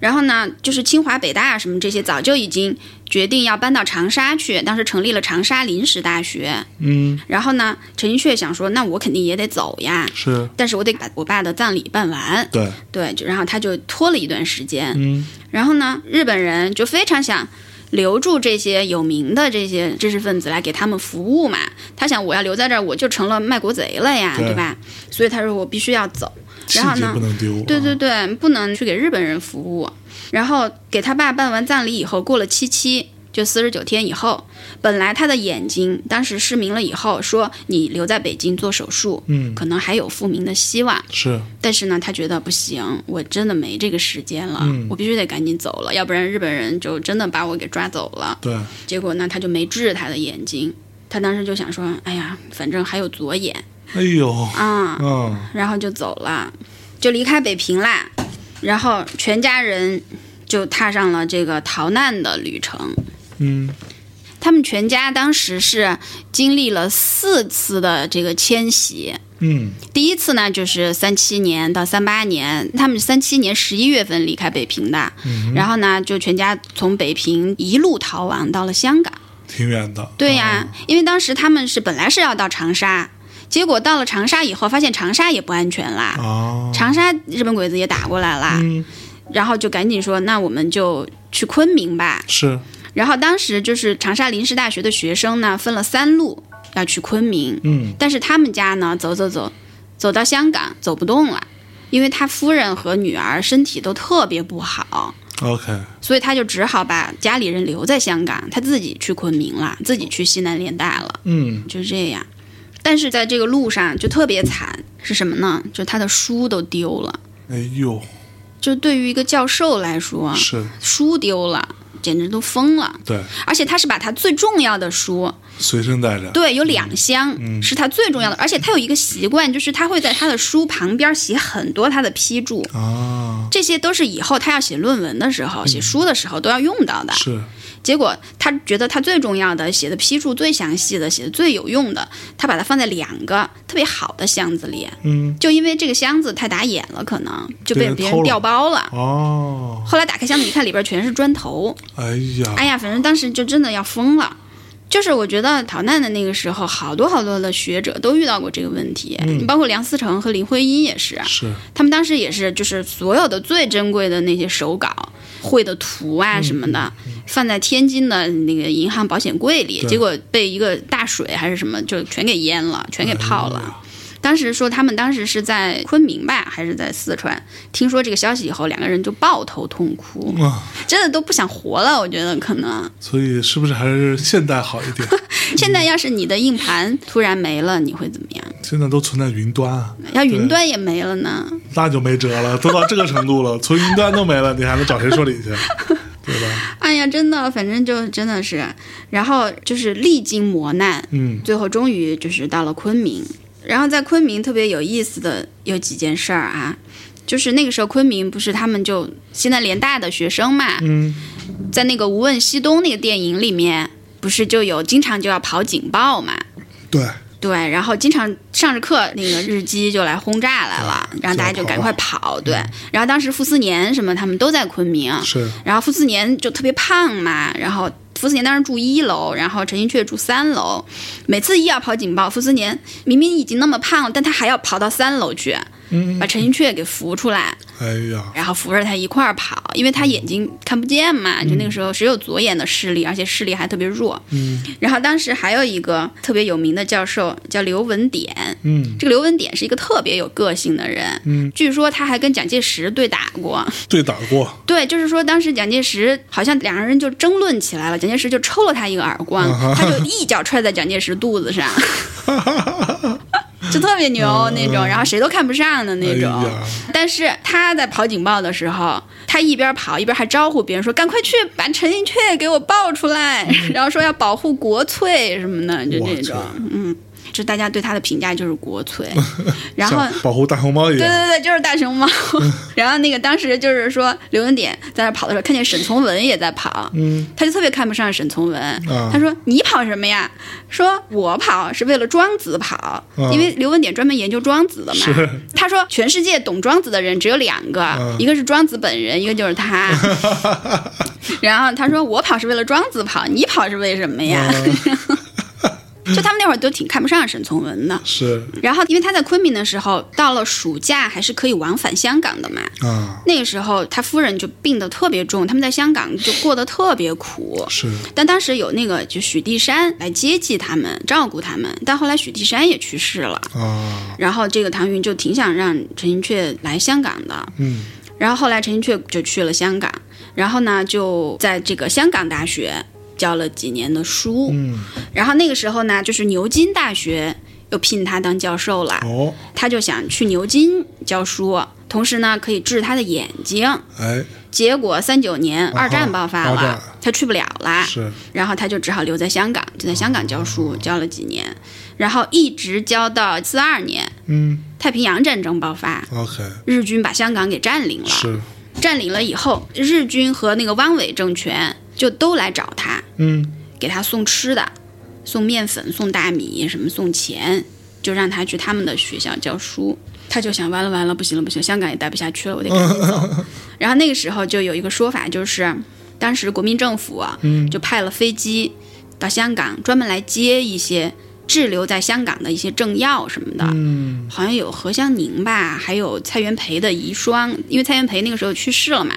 然后呢，就是清华、北大什么这些早就已经决定要搬到长沙去，当时成立了长沙临时大学。
嗯，
然后呢，陈寅恪想说，那我肯定也得走呀，
是
但是我得把我爸的葬礼办完。
对，
对，就然后他就拖了一段时间。
嗯，
然后呢，日本人就非常想留住这些有名的这些知识分子来给他们服务嘛。他想，我要留在这儿，我就成了卖国贼了呀，
对嗯
对吧？所以他说我必须要走。
细
然后
节
呢
不能丢，
对对
啊，
对，不能去给日本人服务。然后给他爸办完葬礼以后，过了七七，就四十九天以后，本来他的眼睛当时失明了以后，说你留在北京做手术，
嗯，
可能还有复明的希望。
是
但是呢，他觉得不行，我真的没这个时间了，我必须得赶紧走了，要不然日本人就真的把我给抓走了。
对，
结果呢，他就没治他的眼睛，他当时就想说，哎呀，反正还有左眼
哎呦，
啊、
嗯，
然后就走了，就离开北平啦，然后全家人就踏上了这个逃难的旅程。
嗯，
他们全家当时是经历了四次的这个迁徙，
嗯，
第一次呢，就是三七年到三八年，他们三七年十一月份离开北平的，然后呢，就全家从北平一路逃亡到了香港。
挺远的，
对呀、
嗯
因为当时他们是本来是要到长沙，结果到了长沙以后，发现长沙也不安全啦，
啊，
长沙日本鬼子也打过来啦，
嗯，
然后就赶紧说，那我们就去昆明吧。
是，
然后当时就是长沙临时大学的学生呢，分了三路要去昆明，
嗯，
但是他们家呢，走走走，走到香港走不动了，因为他夫人和女儿身体都特别不好，
OK，
所以他就只好把家里人留在香港，他自己去昆明了，自己去西南联大了，
嗯，
就这样。但是在这个路上就特别惨，是什么呢？就他的书都丢了。
哎呦，
就对于一个教授来说，
是
书丢了，简直都疯了。
对，
而且他是把他最重要的书，
随身带着，
对，有两箱、
嗯
是他最重要的，而且他有一个习惯，就是他会在他的书旁边写很多他的批注，
啊，
这些都是以后他要写论文的时候、写书的时候都要用到的。
嗯是，
结果他觉得他最重要的、写的批注最详细的、写的最有用的，他把它放在两个特别好的箱子里，
嗯，
就因为这个箱子太打眼了，可能就
被
被
人
别
偷了
人调包了。
哦，
后来打开箱子一看，里边全是砖头。
哎呀，
哎呀，反正当时就真的要疯了。就是我觉得逃难的那个时候，好多好多的学者都遇到过这个问题，
嗯
包括梁思成和林徽因也是，啊
是，
他们当时也是，就是所有的最珍贵的那些手稿、绘的图
嗯
啊什么的，放在天津的那个银行保险柜里，
对
结果被一个大水还是什么，就全给淹了，全给
哎
泡了。当时说他们当时是在昆明吧，还是在四川？听说这个消息以后，两个人就抱头痛哭，
哎呀啊，
真的都不想活了。我觉得可能，
所以是不是还是现代好一点？
现在要是你的硬盘突然没了，你会怎么样？
现在都存在云端啊，
要云端也没了呢？
那就没辙了，都到这个程度了，存云端都没了，你还能找谁说理去？对吧？
哎呀，真的，反正就真的是，然后就是历经磨难，
嗯，
最后终于就是到了昆明。然后在昆明特别有意思的有几件事儿啊，就是那个时候昆明不是他们就西南联大的学生嘛，
嗯，
在那个《无问西东》那个电影里面，不是就有经常就要跑警报嘛，
对，
对，然后经常上着课，那个日机就来轰炸来了，嗯然后大家就赶快跑。对，然后当时傅斯年什么他们都在昆明，
是，
然后傅斯年就特别胖嘛，然后傅斯年当时住一楼，然后陈寅恪住三楼，每次一要跑警报，傅斯年明明已经那么胖了，但他还要跑到三楼去，
嗯，
把陈寅恪给扶出来，
哎呀，
然后扶着他一块儿跑，因为他眼睛看不见嘛，就那个时候只有左眼的视力，而且视力还特别弱。
嗯
然后当时还有一个特别有名的教授叫刘文典，
嗯，
这个刘文典是一个特别有个性的人，
嗯，
据说他还跟蒋介石对打过，
对打过，
对，就是说当时蒋介石好像两个人就争论起来了，蒋介石就抽了他一个耳光，
啊
他就一脚踹在蒋介石肚 子上，就特别牛那种，然后谁都看不上的
啊哎
嗯那种。
呀，
但是他在跑警报的时候，他一边跑一边还招呼别人说：“赶快去把陈 寅恪给我抱出来！”然后说要保护国粹什么的，就
我
这
去
种，嗯。就大家对它的评价就是 国粹，然后
像保护大熊猫一
对
样，
对对，就是大 熊猫。然后那个当时就是说刘文典在那跑的时候，看见沈从文也在跑，
嗯，
他就特别看不上沈从文。
啊
他说：“你跑什么呀？”说：“我跑是为了庄子
啊
跑，因为刘文典专门研究庄子的嘛。”他说：“全世界懂庄子的人只有两个，一个是庄子本人，一个就是他。然后他说：“我跑是为了庄子跑，你跑是为什么呀？” 就他们那会儿都挺看不上沈从文的，
是
然后，因为他在昆明的时候，到了暑假还是可以往返香港的嘛。
啊，
那个时候，他夫人就病得特别重，他们在香港就过得特别苦。
是
但当时有那个就许地山来接济他们，照顾他们。但后来许地山也去世了，
啊，
然后这个唐云就挺想让陈寅恪来香港的。
嗯，
然后后来陈寅恪就去了香港，然后呢就在这个香港大学教了几年的书。
嗯，
然后那个时候呢，就是牛津大学又聘他当教授了。
哦，
他就想去牛津教书，同时呢可以治他的眼睛。
哎，
结果三九年二战爆发
哦二战
了，他去不了啦，
是
然后他就只好留在香港，就在香港教书，教了几年，然后一直教到四二年
嗯
太平洋战争爆发，
，OK，
日军把香港给占领了。
是，
占领了以后，日军和那个汪伪政权就都来找他，
嗯，
给他送吃的，送面粉、送大米，什么送钱，就让他去他们的学校教书。他就想，完了完了，不行了不行，香港也待不下去了，我得赶紧走。然后那个时候就有一个说法，就是当时国民政府啊，就派了飞机到香港，专门来接一些滞留在香港的一些政要什么的。
嗯，
好像有何香凝吧，还有蔡元培的遗孀，因为蔡元培那个时候去世了嘛，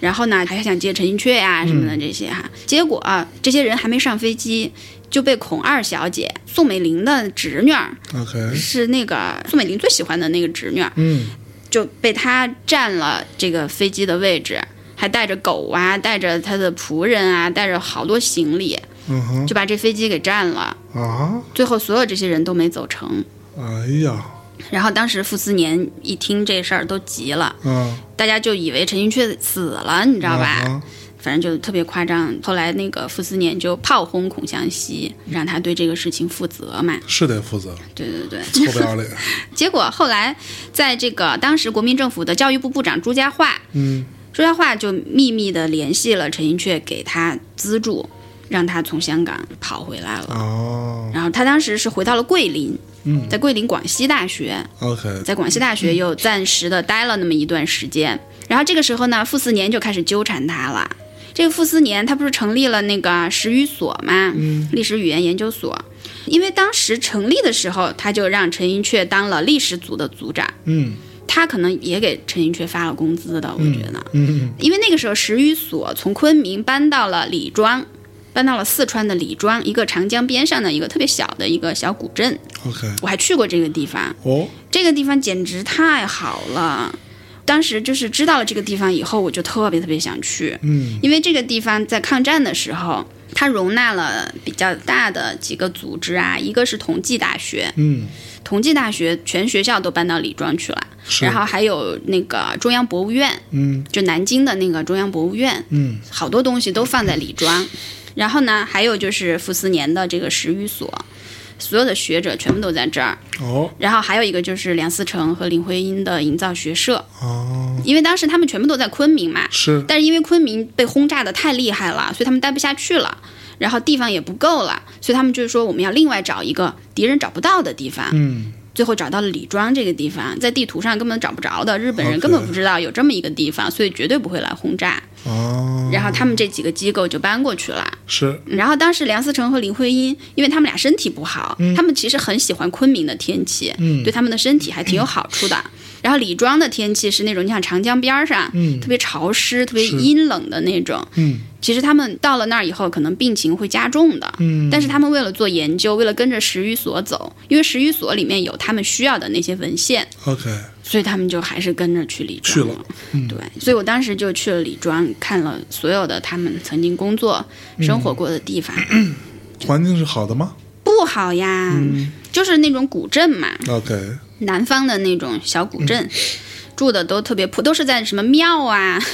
然后呢还想接陈寅恪呀、什么的这些哈、结果、啊、这些人还没上飞机，就被孔二小姐宋美龄的侄女儿，
OK，
是那个宋美龄最喜欢的那个侄女儿，
嗯，
就被她占了这个飞机的位置，还带着狗啊，带着她的仆人啊，带着好多行李，
嗯哼，
就把这飞机给占了。
啊，
最后所有这些人都没走成。
哎呀，
然后当时傅斯年一听这事儿都急了，
嗯，
大家就以为陈寅恪死了，你知道吧？
啊
反正就特别夸张。后来那个傅斯年就炮轰孔祥熙，让他对这个事情负责嘛。
是得负责，
对对对。
臭不要 脸，
结果后来，在这个当时国民政府的教育部部长朱家骅，
嗯，
朱家骅就秘密的联系了陈寅恪，给他资助，让他从香港跑回来了。
哦
然后他当时是回到了桂林，在桂林广西大学，
，OK，
在广西大学又暂时的待了那么一段时间。然后这个时候呢，傅斯年就开始纠缠他了。这个傅斯年他不是成立了那个史语所嘛，历史语言研究所。因为当时成立的时候，他就让陈寅恪当了历史组的组长，
嗯
他可能也给陈寅恪发了工资的，我觉得。
嗯
因为那个时候史语所从昆明搬到了李庄，搬到了四川的李庄，一个长江边上的一个特别小的一个小古镇。
，OK，
我还去过这个地方，
哦，
这个地方简直太好了。当时就是知道了这个地方以后，我就特别特别想去，
嗯
因为这个地方在抗战的时候，它容纳了比较大的几个组织啊，一个是同济大学，
嗯，
同济大学全学校都搬到李庄去了，
是，
然后还有那个中央博物院，
嗯
就南京的那个中央博物院，
嗯
好多东西都放在李庄。然后呢，还有就是傅斯年的这个史语所，所有的学者全部都在这儿。
哦
然后还有一个就是梁思成和林徽因的营造学社，
哦，
因为当时他们全部都在昆明嘛，
是
但是因为昆明被轰炸的太厉害了，所以他们待不下去了，然后地方也不够了，所以他们就是说我们要另外找一个敌人找不到的地方，
嗯
最后找到了李庄这个地方，在地图上根本找不着的，日本人
OK
根本不知道有这么一个地方，所以绝对不会来轰炸，
哦，
然后他们这几个机构就搬过去了。
是
然后当时梁思成和林徽因，因为他们俩身体不好，
嗯
他们其实很喜欢昆明的天气，对他们的身体还
嗯
挺有好处的。然后李庄的天气是那种，你想长江边儿上，特别潮湿、特别阴冷的那种。
嗯
其实他们到了那儿以后，可能病情会加重的。
嗯
但是他们为了做研究，为了跟着史语所走，因为史语所里面有他们需要的那些文献，
OK，
所以他们就还是跟着去李庄
去了嗯
对，所以我当时就去了李庄，看了所有的他们曾经工作、
嗯
生活过的地方。
环境是好的吗
不好呀，就是那种古镇嘛，
？OK，
南方的那种小古镇。住的都特别破，都是在什么庙啊、
嗯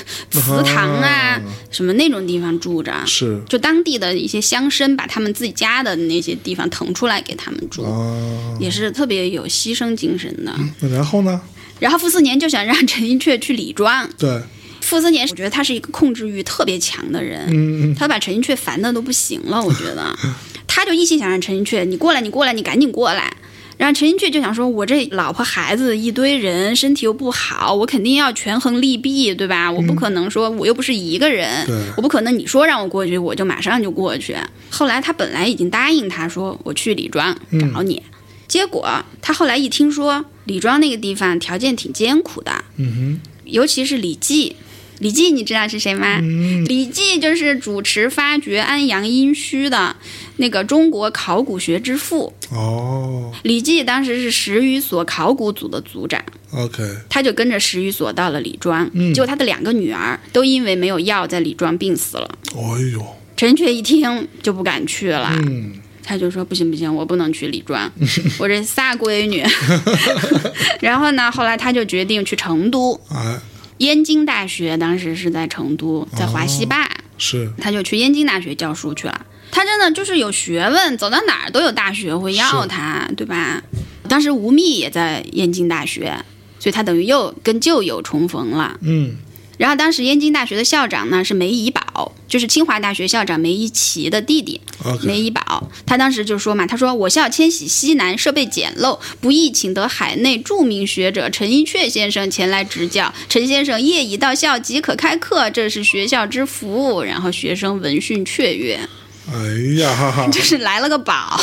祠堂啊、
啊
什么那种地方住着。
是
就当地的一些乡绅把他们自己家的那些地方腾出来给他们住，
啊。
也是特别有牺牲精神的。
那然后呢？
然后傅斯年就想让陈寅恪去李庄，
对，
傅斯年我觉得他是一个控制欲特别强的人，
嗯嗯
他把陈寅恪烦的都不行了，我觉得，他就一心想让陈寅恪你过来，你过来，你赶紧过来。然后陈寅恪就想说，我这老婆孩子一堆人，身体又不好，我肯定要权衡利弊，对吧？我不可能说我又不是一个人，
对
我不可能你说让我过去，我就马上就过去。后来他本来已经答应他说我去李庄找你，结果他后来一听说李庄那个地方条件挺艰苦的，
嗯
尤其是李济。李济，你知道是谁吗？
嗯
李济就是主持发掘安阳殷墟的那个中国考古学之父。
哼，哦
李济当时是十余所考古组的组长，
，OK，哎
他就跟着十余所到了李庄。
嗯
结果他的两个女儿都因为没有药在李庄病死了。
哎呦，
陈却一听就不敢去了，
嗯，
他就说不行不行，我不能去李 庄，我这仨闺女。 然后呢，后来他就决定去成都。
哎，
燕京大学当时是在成都，在华西坝，
是
他就去燕京大学教书去了。他真的就是有学问，走到哪儿都有大学会要
是
他，对吧？当时吴宓也在燕京大学，所以他等于又跟旧友重逢了。
嗯，
然后当时燕京大学的校长呢是梅贻宝，就是清华大学校长梅贻琦的弟弟。梅
OK，
贻宝，他当时就说嘛，他说我校迁徙西南，设备简陋，不易请得海内著名学者陈寅恪先生前来执教。陈先生夜已到校即可开课，这是学校之福。然后学生闻讯雀跃，
哎呀，哈 哈，
就是是来了个宝。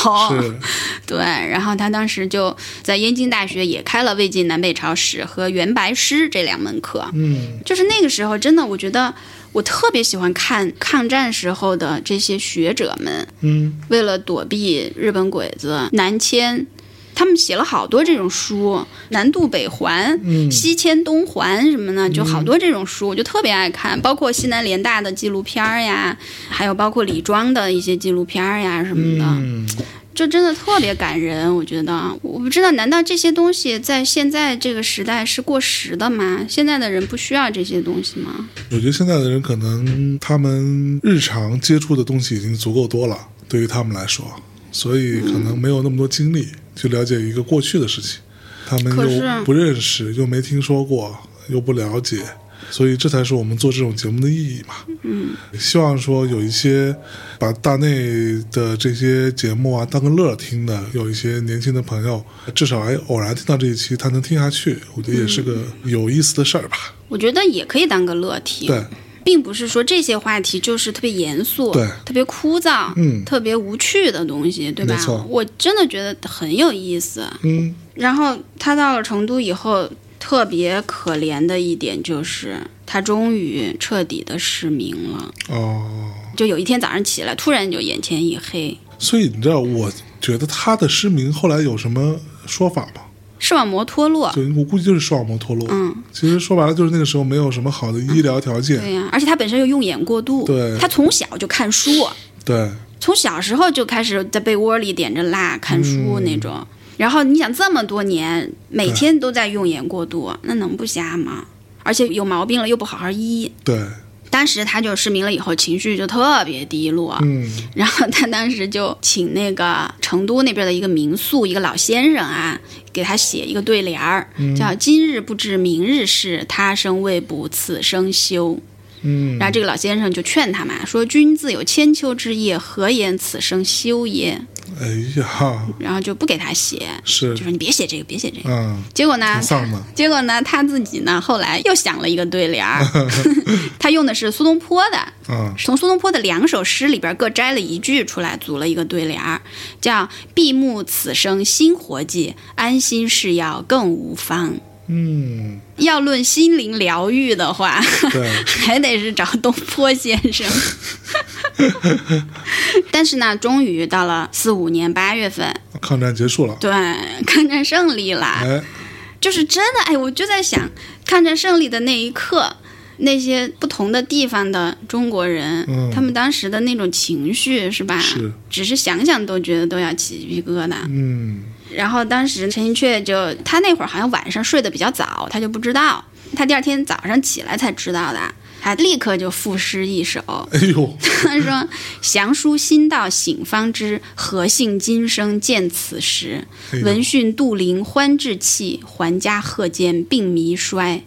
对，然后他当时就在燕京大学也开了魏晋南北朝史和元白诗这两门课。
嗯，
就是那个时候，真的我觉得我特别喜欢看抗战时候的这些学者们。
嗯，
为了躲避日本鬼子南迁，他们写了好多这种书，南渡北还、
嗯
西迁东还什么呢，就好多这种书，我就特别爱看，包括西南联大的纪录片儿呀，还有包括李庄的一些纪录片儿呀什么的，
嗯，
就真的特别感人。我觉得，我不知道，难道这些东西在现在这个时代是过时的吗？现在的人不需要这些东西吗？
我觉得现在的人可能他们日常接触的东西已经足够多了，对于他们来说，所以可能没有那么多精力去了解一个过去的事情，他们
可
又
是
不认识，又没听说过，又不了解，所以这才是我们做这种节目的意义嘛。嗯，希望说有一些把大内的这些节目啊当个乐儿听的，有一些年轻的朋友，至少哎偶然听到这一期，他能听下去，我觉得也是个有意思的事儿吧。
我觉得嗯也可以当个乐题。
对，
并不是说这些话题就是特别严肃、
对
特别枯燥、
嗯
特别无趣的东西，对吧
没错？
我真的觉得很有意思。
嗯，
然后他到了成都以后，特别可怜的一点就是，他终于彻底的失明了。
哦。
就有一天早上起来，突然就眼前一黑，
所以你知道，我觉得他的失明后来有什么说法吗？
视网膜脱落。
就我估计就是视网膜脱落。
啊嗯，
其实说白了就是那个时候没有什么好的医疗条件。
对呀、而且他本身又用眼过度，
对
他从小就看书，啊
对，
从小时候就开始在被窝里点着蜡看书那种。然后你想这么多年，每天都在用眼过度，那能不瞎吗？而且有毛病了又不好好医。
对，
当时他就失明了以后，情绪就特别低落。
嗯，
然后他当时就请那个成都那边的一个民宿一个老先生啊，给他写一个对联儿，叫“今日不知明日事，他生未卜此生休”。
嗯，
然后这个老先生就劝他嘛，说：“君自有千秋之业，何言此生休也
哎呀，？”
然后就不给他写，
是
就，啊说你别写这个，别写这个。
嗯，
结果呢
挺，丧的。
结果呢，他自己呢后来又想了一个对联儿， 他用的是苏东坡的，
嗯，
从苏东坡的两首诗里边各摘了一句出来，组了一个对联儿，叫“闭目此生新活计，安心是药更无方”。
嗯，
要论心灵疗愈的话，
对，
还得是找东坡先生。 但是呢，终于到了四五年八月份，
抗战结束了。
对，抗战胜利了，
哎，
就是真的，哎，我就在想，抗战胜利的那一刻，那些不同的地方的中国人，
嗯
他们当时的那种情绪，是吧？
是
只是想想都觉得都要起鸡皮疙瘩。
嗯，
然后当时陈寅恪就他那会儿好像晚上睡得比较早，他就不知道。他第二天早上起来才知道的，他立刻就赋诗一首。
哎呦，
他说：“降书新到醒方知，何幸今生见此时。
哎呦
闻讯杜陵欢志气，还家鹤间病迷衰。”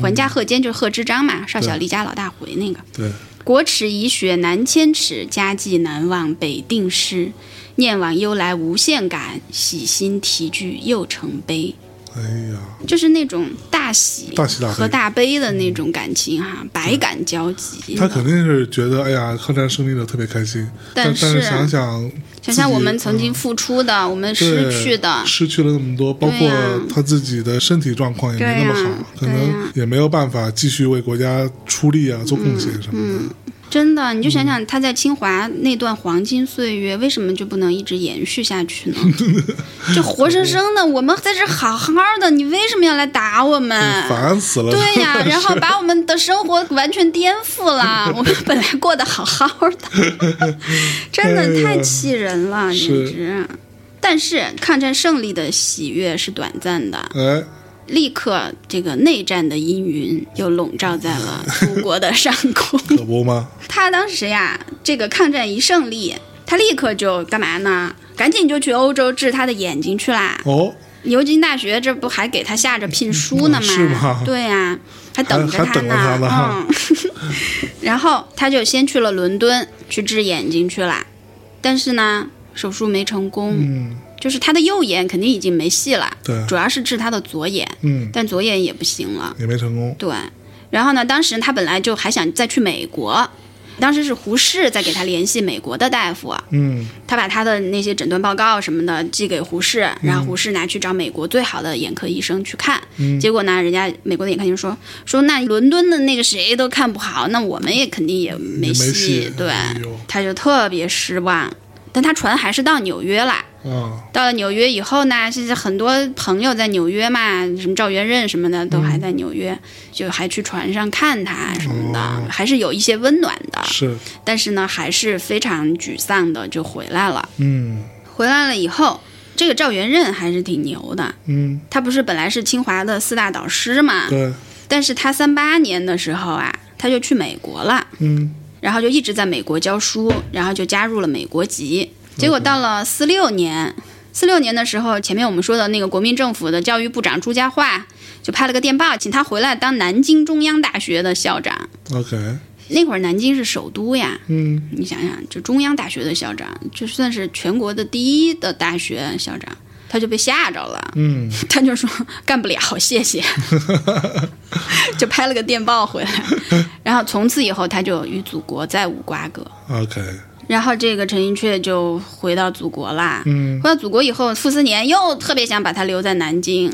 还家鹤间就是贺知章嘛，少小离家老大回那个。
对，
国耻已雪难千尺，家计难忘北定师。念往忧来无限感，喜新题句又成悲。
哎呀，
就是那种大喜
大喜大悲嗯
和大悲的那种感情哈、百感交集。
他肯定是觉得哎呀，抗战胜利了特别开心，但
但
但
是
想想
想想我们曾
自己嗯
经付出的，我们失
对
去的，
失去了那么多，包
啊对
括
呀
他自己的身体状况也没那么
对
好
呀，嗯
可
对
能
呀
也没有办法继续为国家出力啊，做贡献什么的。
嗯真的，你就想
嗯
想他在清华那段黄金岁月，为什么就不能一直延续 下去呢？就活生生的，我们在这好好的，你为什么要来打我
嗯
们？
烦死了！
对呀，然后把我们的生活完全颠覆 了。我们本来过得好好的，真
哎
的
呀
太气人了，简
哎是
直。但是抗战胜利的喜悦是短暂的，
哎，
立刻这个内战的阴云又笼罩在了祖国的上 空。
可不吗？
他当时呀，这个抗战一胜利，他立刻就干嘛呢？赶紧就去欧洲治他的眼睛去啦！
哦，
牛津大学这不还给他下着聘书呢
嗯是吗
对呀、还等着
还还等着他
呢。
呢
嗯， 然后他就先去了伦敦去治眼睛去啦，但是呢，手术没成功，
嗯
就是他的右眼肯定已经没戏了，
对
主要是治他的左眼，
嗯，
但左眼也不行了。
也没成功。
对，然后呢，当时他本来就还想再去美国，当时是胡适在给他联系美国的大夫，啊
嗯，
他把他的那些诊断报告什么的寄给胡适，
嗯
然后胡适拿去找美国最好的眼科医生去看，
嗯
结果呢，人家美国的眼科医生说说那伦敦的那个谁都看不好，那我们也肯定也
也
没
没戏
对
哎呦，
他就特别失望，但他船还是到纽约啦。
啊，
到了纽约以后呢，现在很多朋友在纽约嘛，什么赵元任什么的都还在纽约，就还去船上看他什么的，
嗯哦
还是有一些温暖的。
是，
但是呢，还是非常沮丧的就回来了。
嗯
回来了以后，这个赵元任还是挺牛的，
嗯，
他不是本来是清华的四大导师嘛，
对，
但是他三八年的时候啊，他就去美国了。
嗯
然后就一直在美国教书，然后就加入了美国籍。结果到了四六年，四六年的时候，前面我们说的那个国民政府的教育部长朱家骅就拍了个电报，请他回来当南京中央大学的校长。
，OK，
那会儿南京是首都呀，
嗯，
你想想，就中央大学的校长，就算是全国的第一的大学校长，他就被吓着了，
嗯，
他就说干不了，谢谢， 就拍了个电报回来。然后从此以后，他就与祖国再无瓜葛。
OK，
然后这个陈寅恪就回到祖国啦。
嗯，
回到祖国以后，傅斯年又特别想把他留在南京，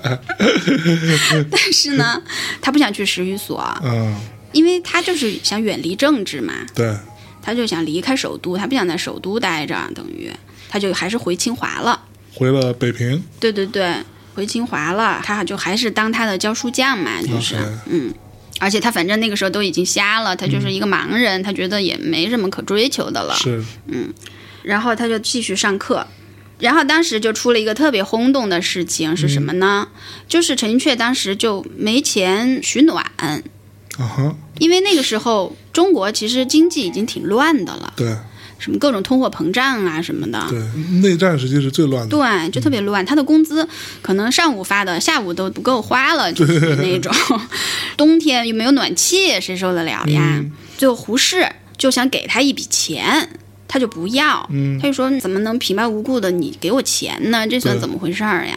但是呢，他不想去史语所，
啊，
因为他就是想远离政治嘛，
对，
他就想离开首都，他不想在首都待着，等于他就还是回清华了。
回了北平
对对对，回清华了，他就还是当他的教书匠嘛，就是
，OK，
嗯。而且他反正那个时候都已经瞎了，他就是一个盲人，他觉得也没什么可追求的了。
嗯是，
然后他就继续上课。然后当时就出了一个特别轰动的事情，是什么
嗯
呢？就是陈寅恪当时就没钱取暖，
啊哈，
因为那个时候中国其实经济已经挺乱的了，
对
什么各种通货膨胀啊什么的，
对，内战时期是最乱的，
对，就特别乱。他的工资可能上午发的，下午都不够花了，就是属于那种。 冬天又没有暖气，谁受得了呀？
嗯
最后胡适就想给他一笔钱，他就不要，
嗯
他就说怎么能平白无故的你给我钱呢？这算
对
怎么回事儿呀？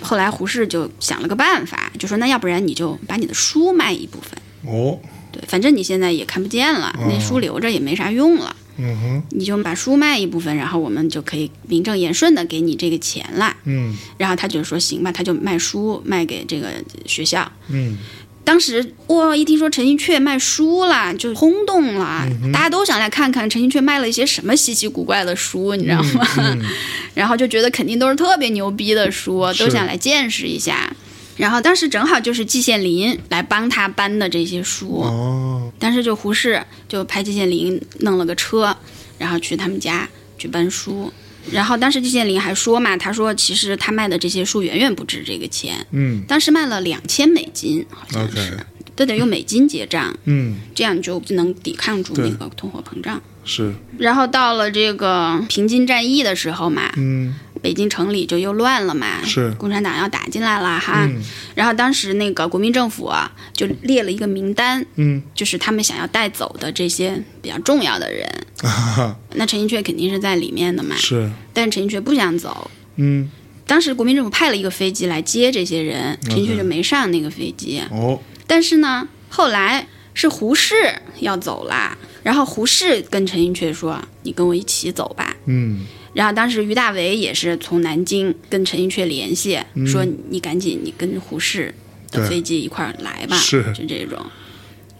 后来胡适就想了个办法，就说那要不然你就把你的书卖一部分，
哦，
对，反正你现在也看不见了，那书留着也没啥用了。
嗯哼，
你就把书卖一部分，然后我们就可以名正言顺的给你这个钱啦。
嗯
然后他就说行吧，他就卖书卖给这个学校。
嗯，
当时哇，一听说陈寅恪卖书啦，就轰动了，大家都想来看看陈寅恪卖了一些什么稀奇古怪的书，你知道吗？ 然后就觉得肯定都是特别牛逼的书，
是
都想来见识一下。然后当时正好就是季羡林来帮他搬的这些书，
哦，
当时就胡适就派季羡林弄了个车，然后去他们家去搬书。然后当时季羡林还说嘛，他说其实他卖的这些书远远不值这个钱，
嗯
当时卖了两千美金，好像是
OK
都得用美金结账，
嗯，
这样就能抵抗住
对
那个通货膨胀。
是，
然后到了这个平津战役的时候嘛，
嗯
北京城里就又乱了嘛，
是
共产党要打进来了哈。
嗯
然后当时那个国民政府啊，就列了一个名单，
嗯，
就是他们想要带走的这些比较重要的人。
啊哈哈，
那陈寅恪肯定是在里面的嘛，
是，
但陈寅恪不想走。
嗯，
当时国民政府派了一个飞机来接这些人，陈寅恪就没上那个飞机。
哦，
但是呢，后来是胡适要走啦，然后胡适跟陈寅恪说：“你跟我一起走吧。”
嗯
然后当时于大为也是从南京跟陈寅恪联系，
嗯
说你赶紧你跟胡适的
对
飞机一块儿来吧，
是
就这种。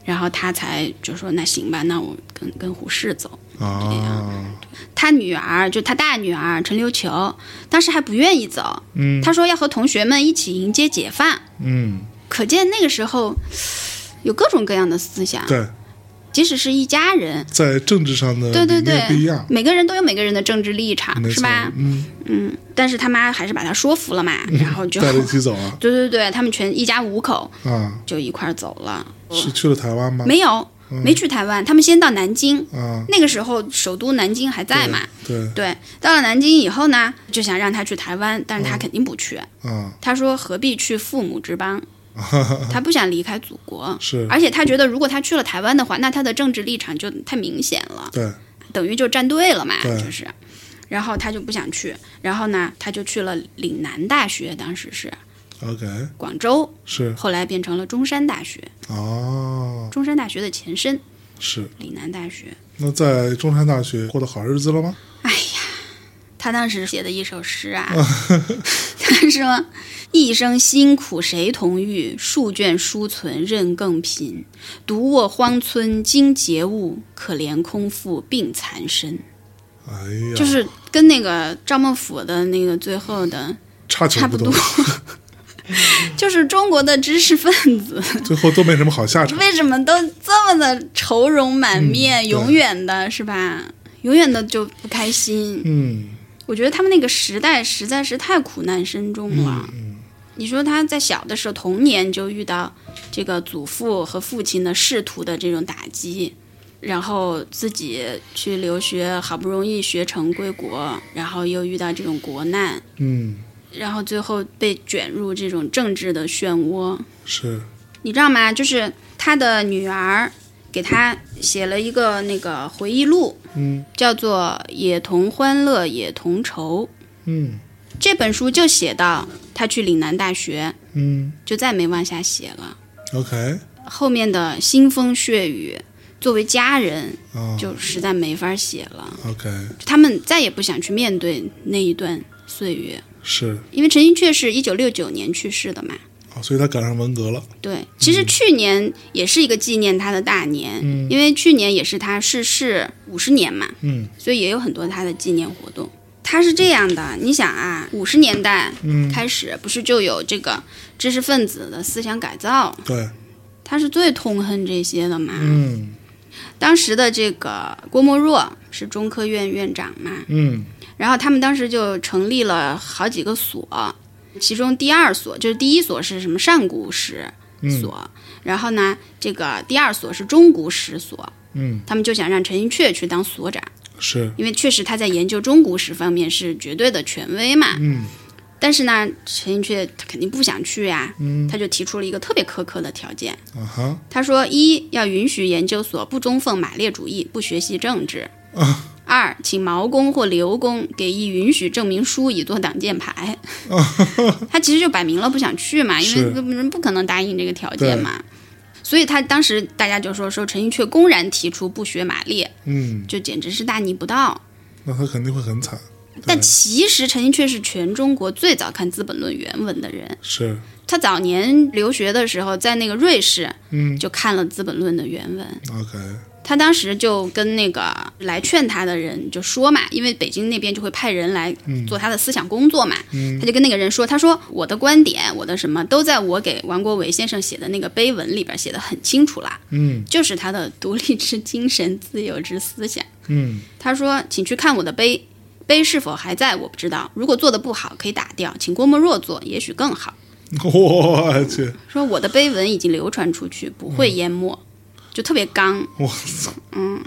然后他才就说那行吧，那我跟跟胡适走。
啊，
他女儿就他大女儿陈琉球，当时还不愿意走，
嗯
他说要和同学们一起迎接解放。
嗯，
可见那个时候有各种各样的思想，
对，
即使是一家人，
在政治上的
对对
理念
对，
不一样，
每个人都有每个人的政治立场，
没
是
错
吧？？
嗯，
嗯，但是他妈还是把他说服了嘛，然后就
带着一起走 啊
对对对，他们全一家五口
啊，
就一块儿走了。
是去了台湾吗？
没有，没去台湾，他们先到南京。
啊，
那个时候首都南京还在嘛？
对
对，到了南京以后呢，就想让他去台湾，但是他肯定不去。
啊，
他说何必去父母之邦？他不想离开祖国，
是，
而且他觉得如果他去了台湾的话，那他的政治立场就太明显了。
对，
等于就站队了嘛，
对
就是。然后他就不想去，然后呢，他就去了岭南大学，当时是
OK，
广州，
是
后来变成了中山大学，
哦，
中山大学的前身
是。
岭南大学。
那在中山大学过的好日子了吗？
他当时写的一首诗 啊，他说：“一生辛苦谁同遇？数卷书存任更贫。独卧荒村惊节物，可怜空腹病残身。
哎”呀，
就是跟那个赵孟俯的那个最后的
差球
差
不
不多， 就是中国的知识分子
最后都没什么好下场。
为什么都这么的愁容满面，
嗯对
永远的是吧？永远的就不开心。
嗯，
我觉得他们那个时代实在是太苦难深重了。啊
嗯
你说他在小的时候童年就遇到这个祖父和父亲的仕途的这种打击，然后自己去留学，好不容易学成归国，然后又遇到这种国难，
嗯，
然后最后被卷入这种政治的漩涡，
是，
你知道吗？就是他的女儿给他写了一个那个回忆录，
嗯
叫做《也同欢乐也同愁》。
嗯
这本书就写到他去岭南大学，
嗯
就再没往下写了。
，OK
后面的腥风血雨，作为家人
啊
就实在没法写了。
，OK
他们再也不想去面对那一段岁月，
是
因为陈寅恪是一九六九年去世的嘛。
哦，所以他赶上文革了。
对，其实去年也是一个纪念他的大年，因为去年也是他逝世五十年嘛，
嗯
所以也有很多他的纪念活动。他是这样的，你想啊，五十年代
嗯，
开始不是就有这个知识分子的思想改造，
对，
他是最痛恨这些的嘛。
嗯
当时的这个郭沫若是中科院院长嘛，
嗯
然后他们当时就成立了好几个所，其中第二所就是第一所是什么上古时，
嗯
所，然后呢，这个第二所是中古史所，
嗯，
他们就想让陈寅恪去当所长，
是，
因为确实他在研究中古史方面是绝对的权威嘛。
嗯
但是呢，陈寅恪他肯定不想去呀、
嗯
他就提出了一个特别苛刻的条件，
啊哈
他说：一要允许研究所不中奉马列主义，不学习政治。
啊
二，请毛公或刘公给予允许证明书以作挡箭牌。 他其实就摆明了不想去嘛，因为
啊是
人不可能答应这个条件嘛。所以他当时大家就说说陈寅恪公然提出不学马列，
嗯，
就简直是大逆不道。
那他肯定会很惨。对
但其实陈寅恪是全中国最早看《资本论》原文的人，
是，
他早年留学的时候在那个瑞士
嗯
就看了《资本论》的原文。
，OK
他当时就跟那个来劝他的人就说嘛，因为北京那边就会派人来
嗯
做他的思想工作嘛，他就跟那个人说，他说我的观点，我的什么都在我给王国维先生写的那个碑文里边写的很清楚啦，
嗯
就是他的独立之精神、自由之思想。
嗯
他说，请去看我的碑，碑是否还在我不知道，如果做的不好可以打掉，请郭沫若做，也许更好。
我去，
说我的碑文已经流传出去，不会淹没，
嗯
就特别刚。
我操，嗯，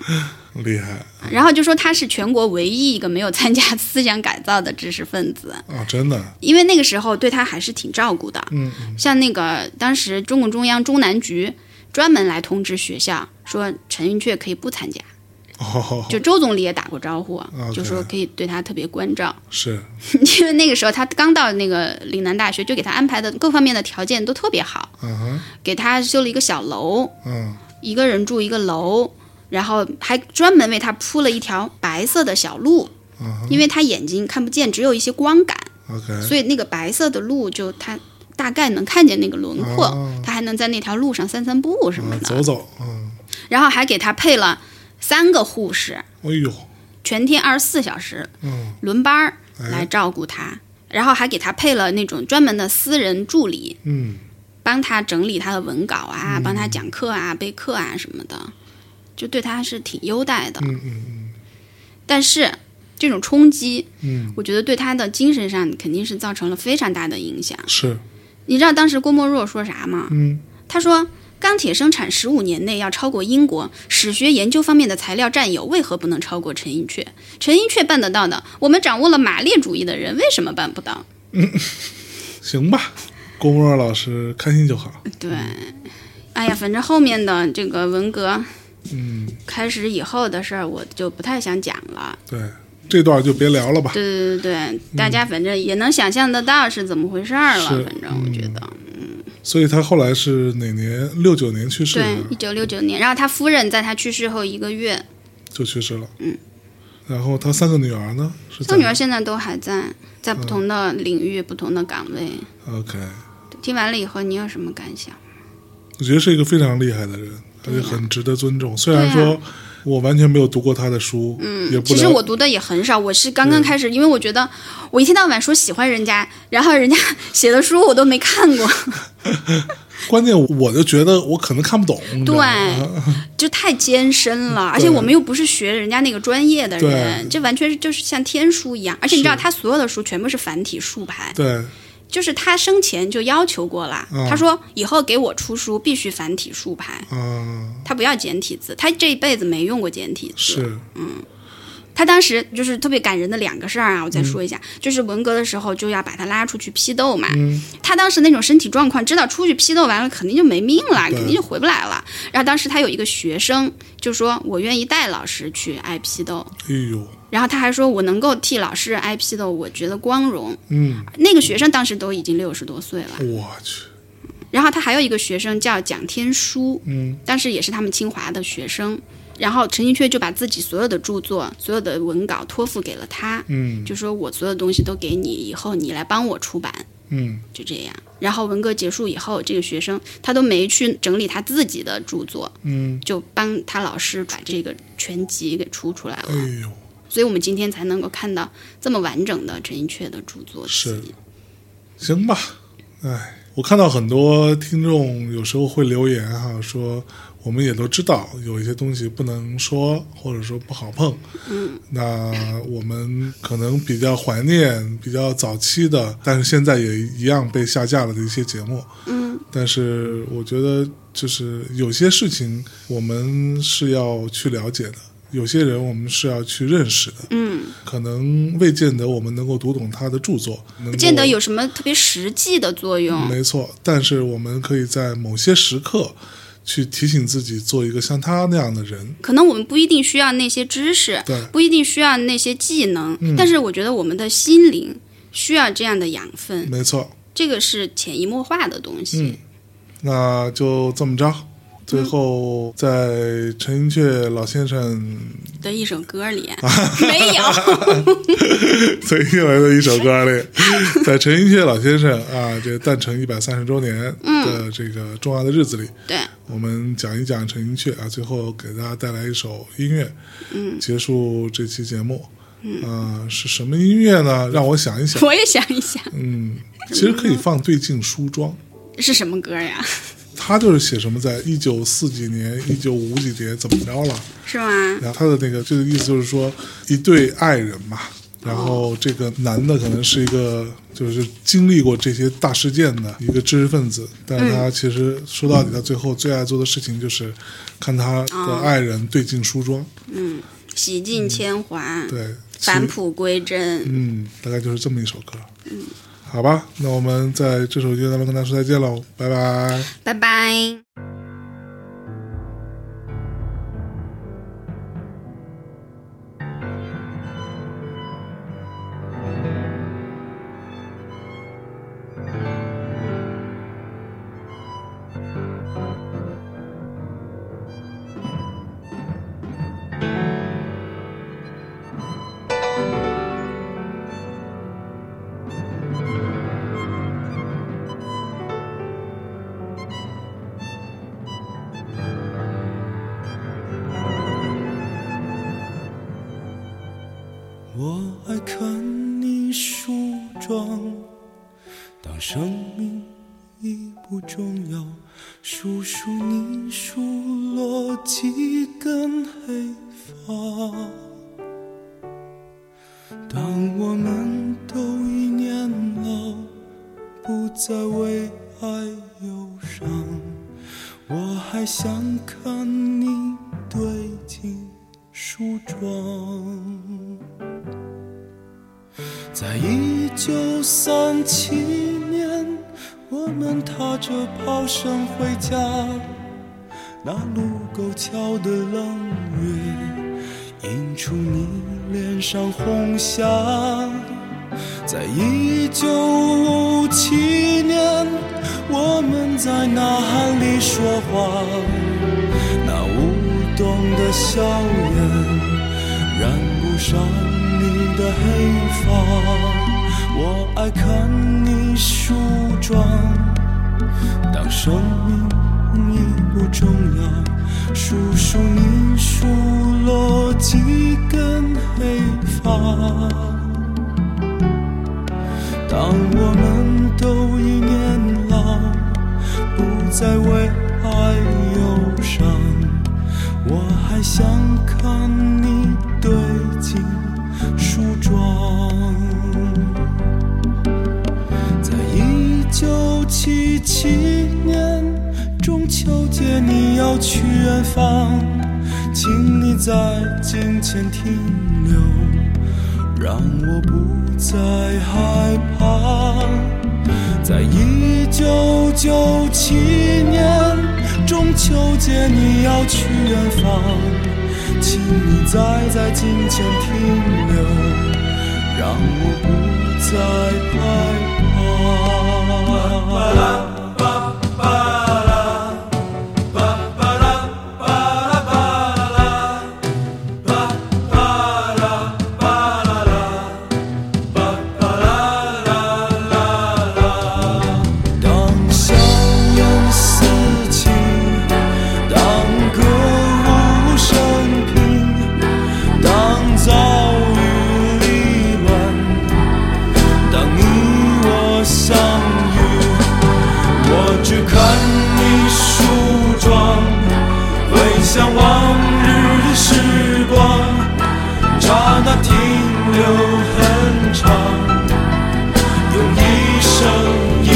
厉害
然后就说他是全国唯一一个没有参加 思想改造的知识分子，
啊，真的，
因为那个时候对他还是挺照顾的。
嗯，
像那个当时中共中央中南局专门来通知学校说陈云雀可以不参加，
哦，
就周总理也打过招呼，啊
OK
就说可以对他特别关照，
是，
因为那个时候他刚到那个岭南大学，就给他安排的各方面的条件都特别好，
嗯哼，
给他修了一个小楼，
嗯，
一个人住一个楼，然后还专门为他铺了一条白色的小路，
嗯哼哎
因为他眼睛看不见，只有一些光感，
，OK，
所以那个白色的路就他大概能看见那个轮廓，
哦
他还能在那条路上散散步什么
啊，
的。
走走，嗯，
然后还给他配了三个护士，
哎呦，
全天二十四小时
嗯，
轮班儿
哎
来照顾他，然后还给他配了那种专门的私人助理，
嗯，
帮他整理他的文稿啊，帮他讲课啊、备课啊什么的，就对他是挺优待的。
嗯嗯
但是这种冲击，
嗯，
我觉得对他的精神上肯定是造成了非常大的影响。
是，
你知道当时郭沫若说啥吗？
嗯，
他说：“钢铁生产十五年内要超过英国，史学研究方面的材料占有为何不能超过陈寅恪？陈寅恪办得到的，我们掌握了马列主义的人为什么办不到？
行吧，郭沫若老师开心就好，
对，哎呀，反正后面的这个文革
嗯，
开始以后的事儿，我就不太想讲了。
对，这段就别聊了吧，
对对对
嗯
对，大家反正也能想象得到是怎么回事儿了。
是嗯
反正我觉得，
所以他后来是哪年？六九年去世
对
的，，
一九六九年，然后他夫人在他去世后一个月，
就去世了，嗯，然后他三个女儿呢？是
他女儿现在都还在，
嗯
在不同的领域、不同的岗位。
，OK，
听完了以后，你有什么感想？
我觉得是一个非常厉害的人，而且
嗯
很值得尊重。虽然说我完全没有读过他的书，嗯，也不
啊其实
了
我读的也很少，我是刚刚开始，因为我觉得我一天到晚说喜欢人家，然后人家 写的书我都没看过，
关键我就觉得我可能看不懂，你知道
对
吗，
就太艰深了。而且我们又不是学人家那个专业的人，
对
这完全是就是像天书一样。而且你知道，
是
他所有的书全部是繁体竖排，
对
就是他生前就要求过了，
嗯
他说以后给我出书必须繁体竖排。
啊，
他不要简体字，他这一辈子没用过简体字。
是
他当时就是特别感人的两个事儿啊，我
嗯
再说一下，就是文革的时候就要把他拉出去批斗嘛。
嗯
他当时那种身体状况，知道出去批斗完了肯定就没命了，
对
肯定就回不来了。然后当时他有一个学生就说：“我愿意带老师去挨批斗。
哎呦，”
然后他还说：“我能够替老师挨批斗，我觉得光荣。
嗯，”
那个学生当时都已经六十多岁了。
我去，
然后他还有一个学生叫蒋天舒，
嗯，
当时也是他们清华的学生。然后陈寅恪就把自己所有的著作、所有的文稿托付给了他，
嗯
就说我所有东西都给你，以后你来帮我出版，
嗯，
就这样。然后文革结束以后，这个学生他都没去整理他自己的著作，
嗯，
就帮他老师把这个全集给出出来了
哎。呦，
所以我们今天才能够看到这么完整的陈寅恪的著作
是
集。
行吧，哎，我看到很多听众有时候会留言哈，说我们也都知道有一些东西不能说，或者说不好碰。嗯，那我们可能比较怀念比较早期的，但是现在也一样被下架了的一些节目。嗯，但是我觉得就是有些事情我们是要去了解的。有些人我们是要去认识的，
嗯，
可能未见得我们能够读懂他的著作，能
不
够
见得有什么特别实际的作用。
没错，但是我们可以在某些时刻去提醒自己，做一个像他那样的人。
可能我们不一定需要那些知识，
对嗯
不一定需要那些技能，但是我觉得我们的心灵需要这样的养分，
没嗯错，
这个是潜移默化的东西。
那就这么着。最后，在陈寅恪老先生
的一首歌里没有，
最近来的一首歌里，在陈寅恪老先生啊这诞辰一百三十周年的这个重要的日子里，
对，
我们讲一讲陈寅恪啊，最后给大家带来一首音乐，嗯，结束这期节目。嗯、是什么音乐呢？让我想一想。
我也想一想
嗯，其实可以放对镜梳妆，
是什么歌呀？
他就是写什么在一九四几年、一九五几年怎么着了，
是吗？
然后他的那个这个意思就是说，一对爱人嘛，然后这个男的可能是一个就是经历过这些大事件的一个知识分子，但是他其实说到底，他最后最爱做的事情就是看他的爱人对镜梳妆。
嗯，洗尽铅华，
对，
返璞归真。
嗯，大概就是这么一首歌。嗯，好吧，那我们在这首歌当中跟大家说再见喽，拜拜。
拜拜。
我爱看你梳妆，当生命已不重要，数数你数落几根黑发。当我们都已年老，不再为爱忧伤，我还想看你对镜梳妆。在一九三七年，我们踏着炮声回家，那路沟桥的冷月，映出你脸上红霞。在一九五七年，我们在呐喊里说话，那舞动的笑颜。染不上你的黑发。我爱看你梳妆，当生命已不重要，数数你数落几根黑发。当我们都已年老，不再为爱忧伤。我还想看你对镜梳妆。在一九七七年中秋节，你要去远方，请你在镜前停留，让我不再害怕。在一九九七年中秋节，你要去远方，请你再在镜前停留，让我不再害怕。当硝烟四起，当歌舞升平，当遭遇离乱，当你我相遇，我只看你梳妆，回想往日的时光，刹那停留很长。用一生遗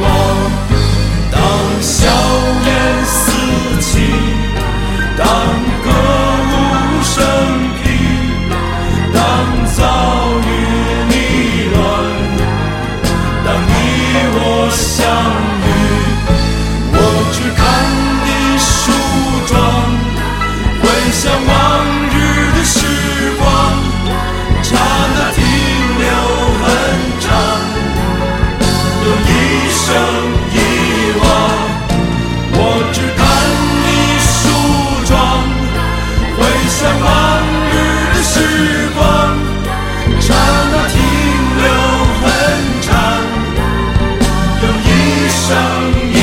忘。当硝烟四起，当歌舞升平，当遭遇迷乱，当你我相遇，我只看你梳妆，回想往日的时光。刹那停留很长，有一生遗忘。我只看你梳妆，回想往日的时光，刹那停留很长，有一生遗。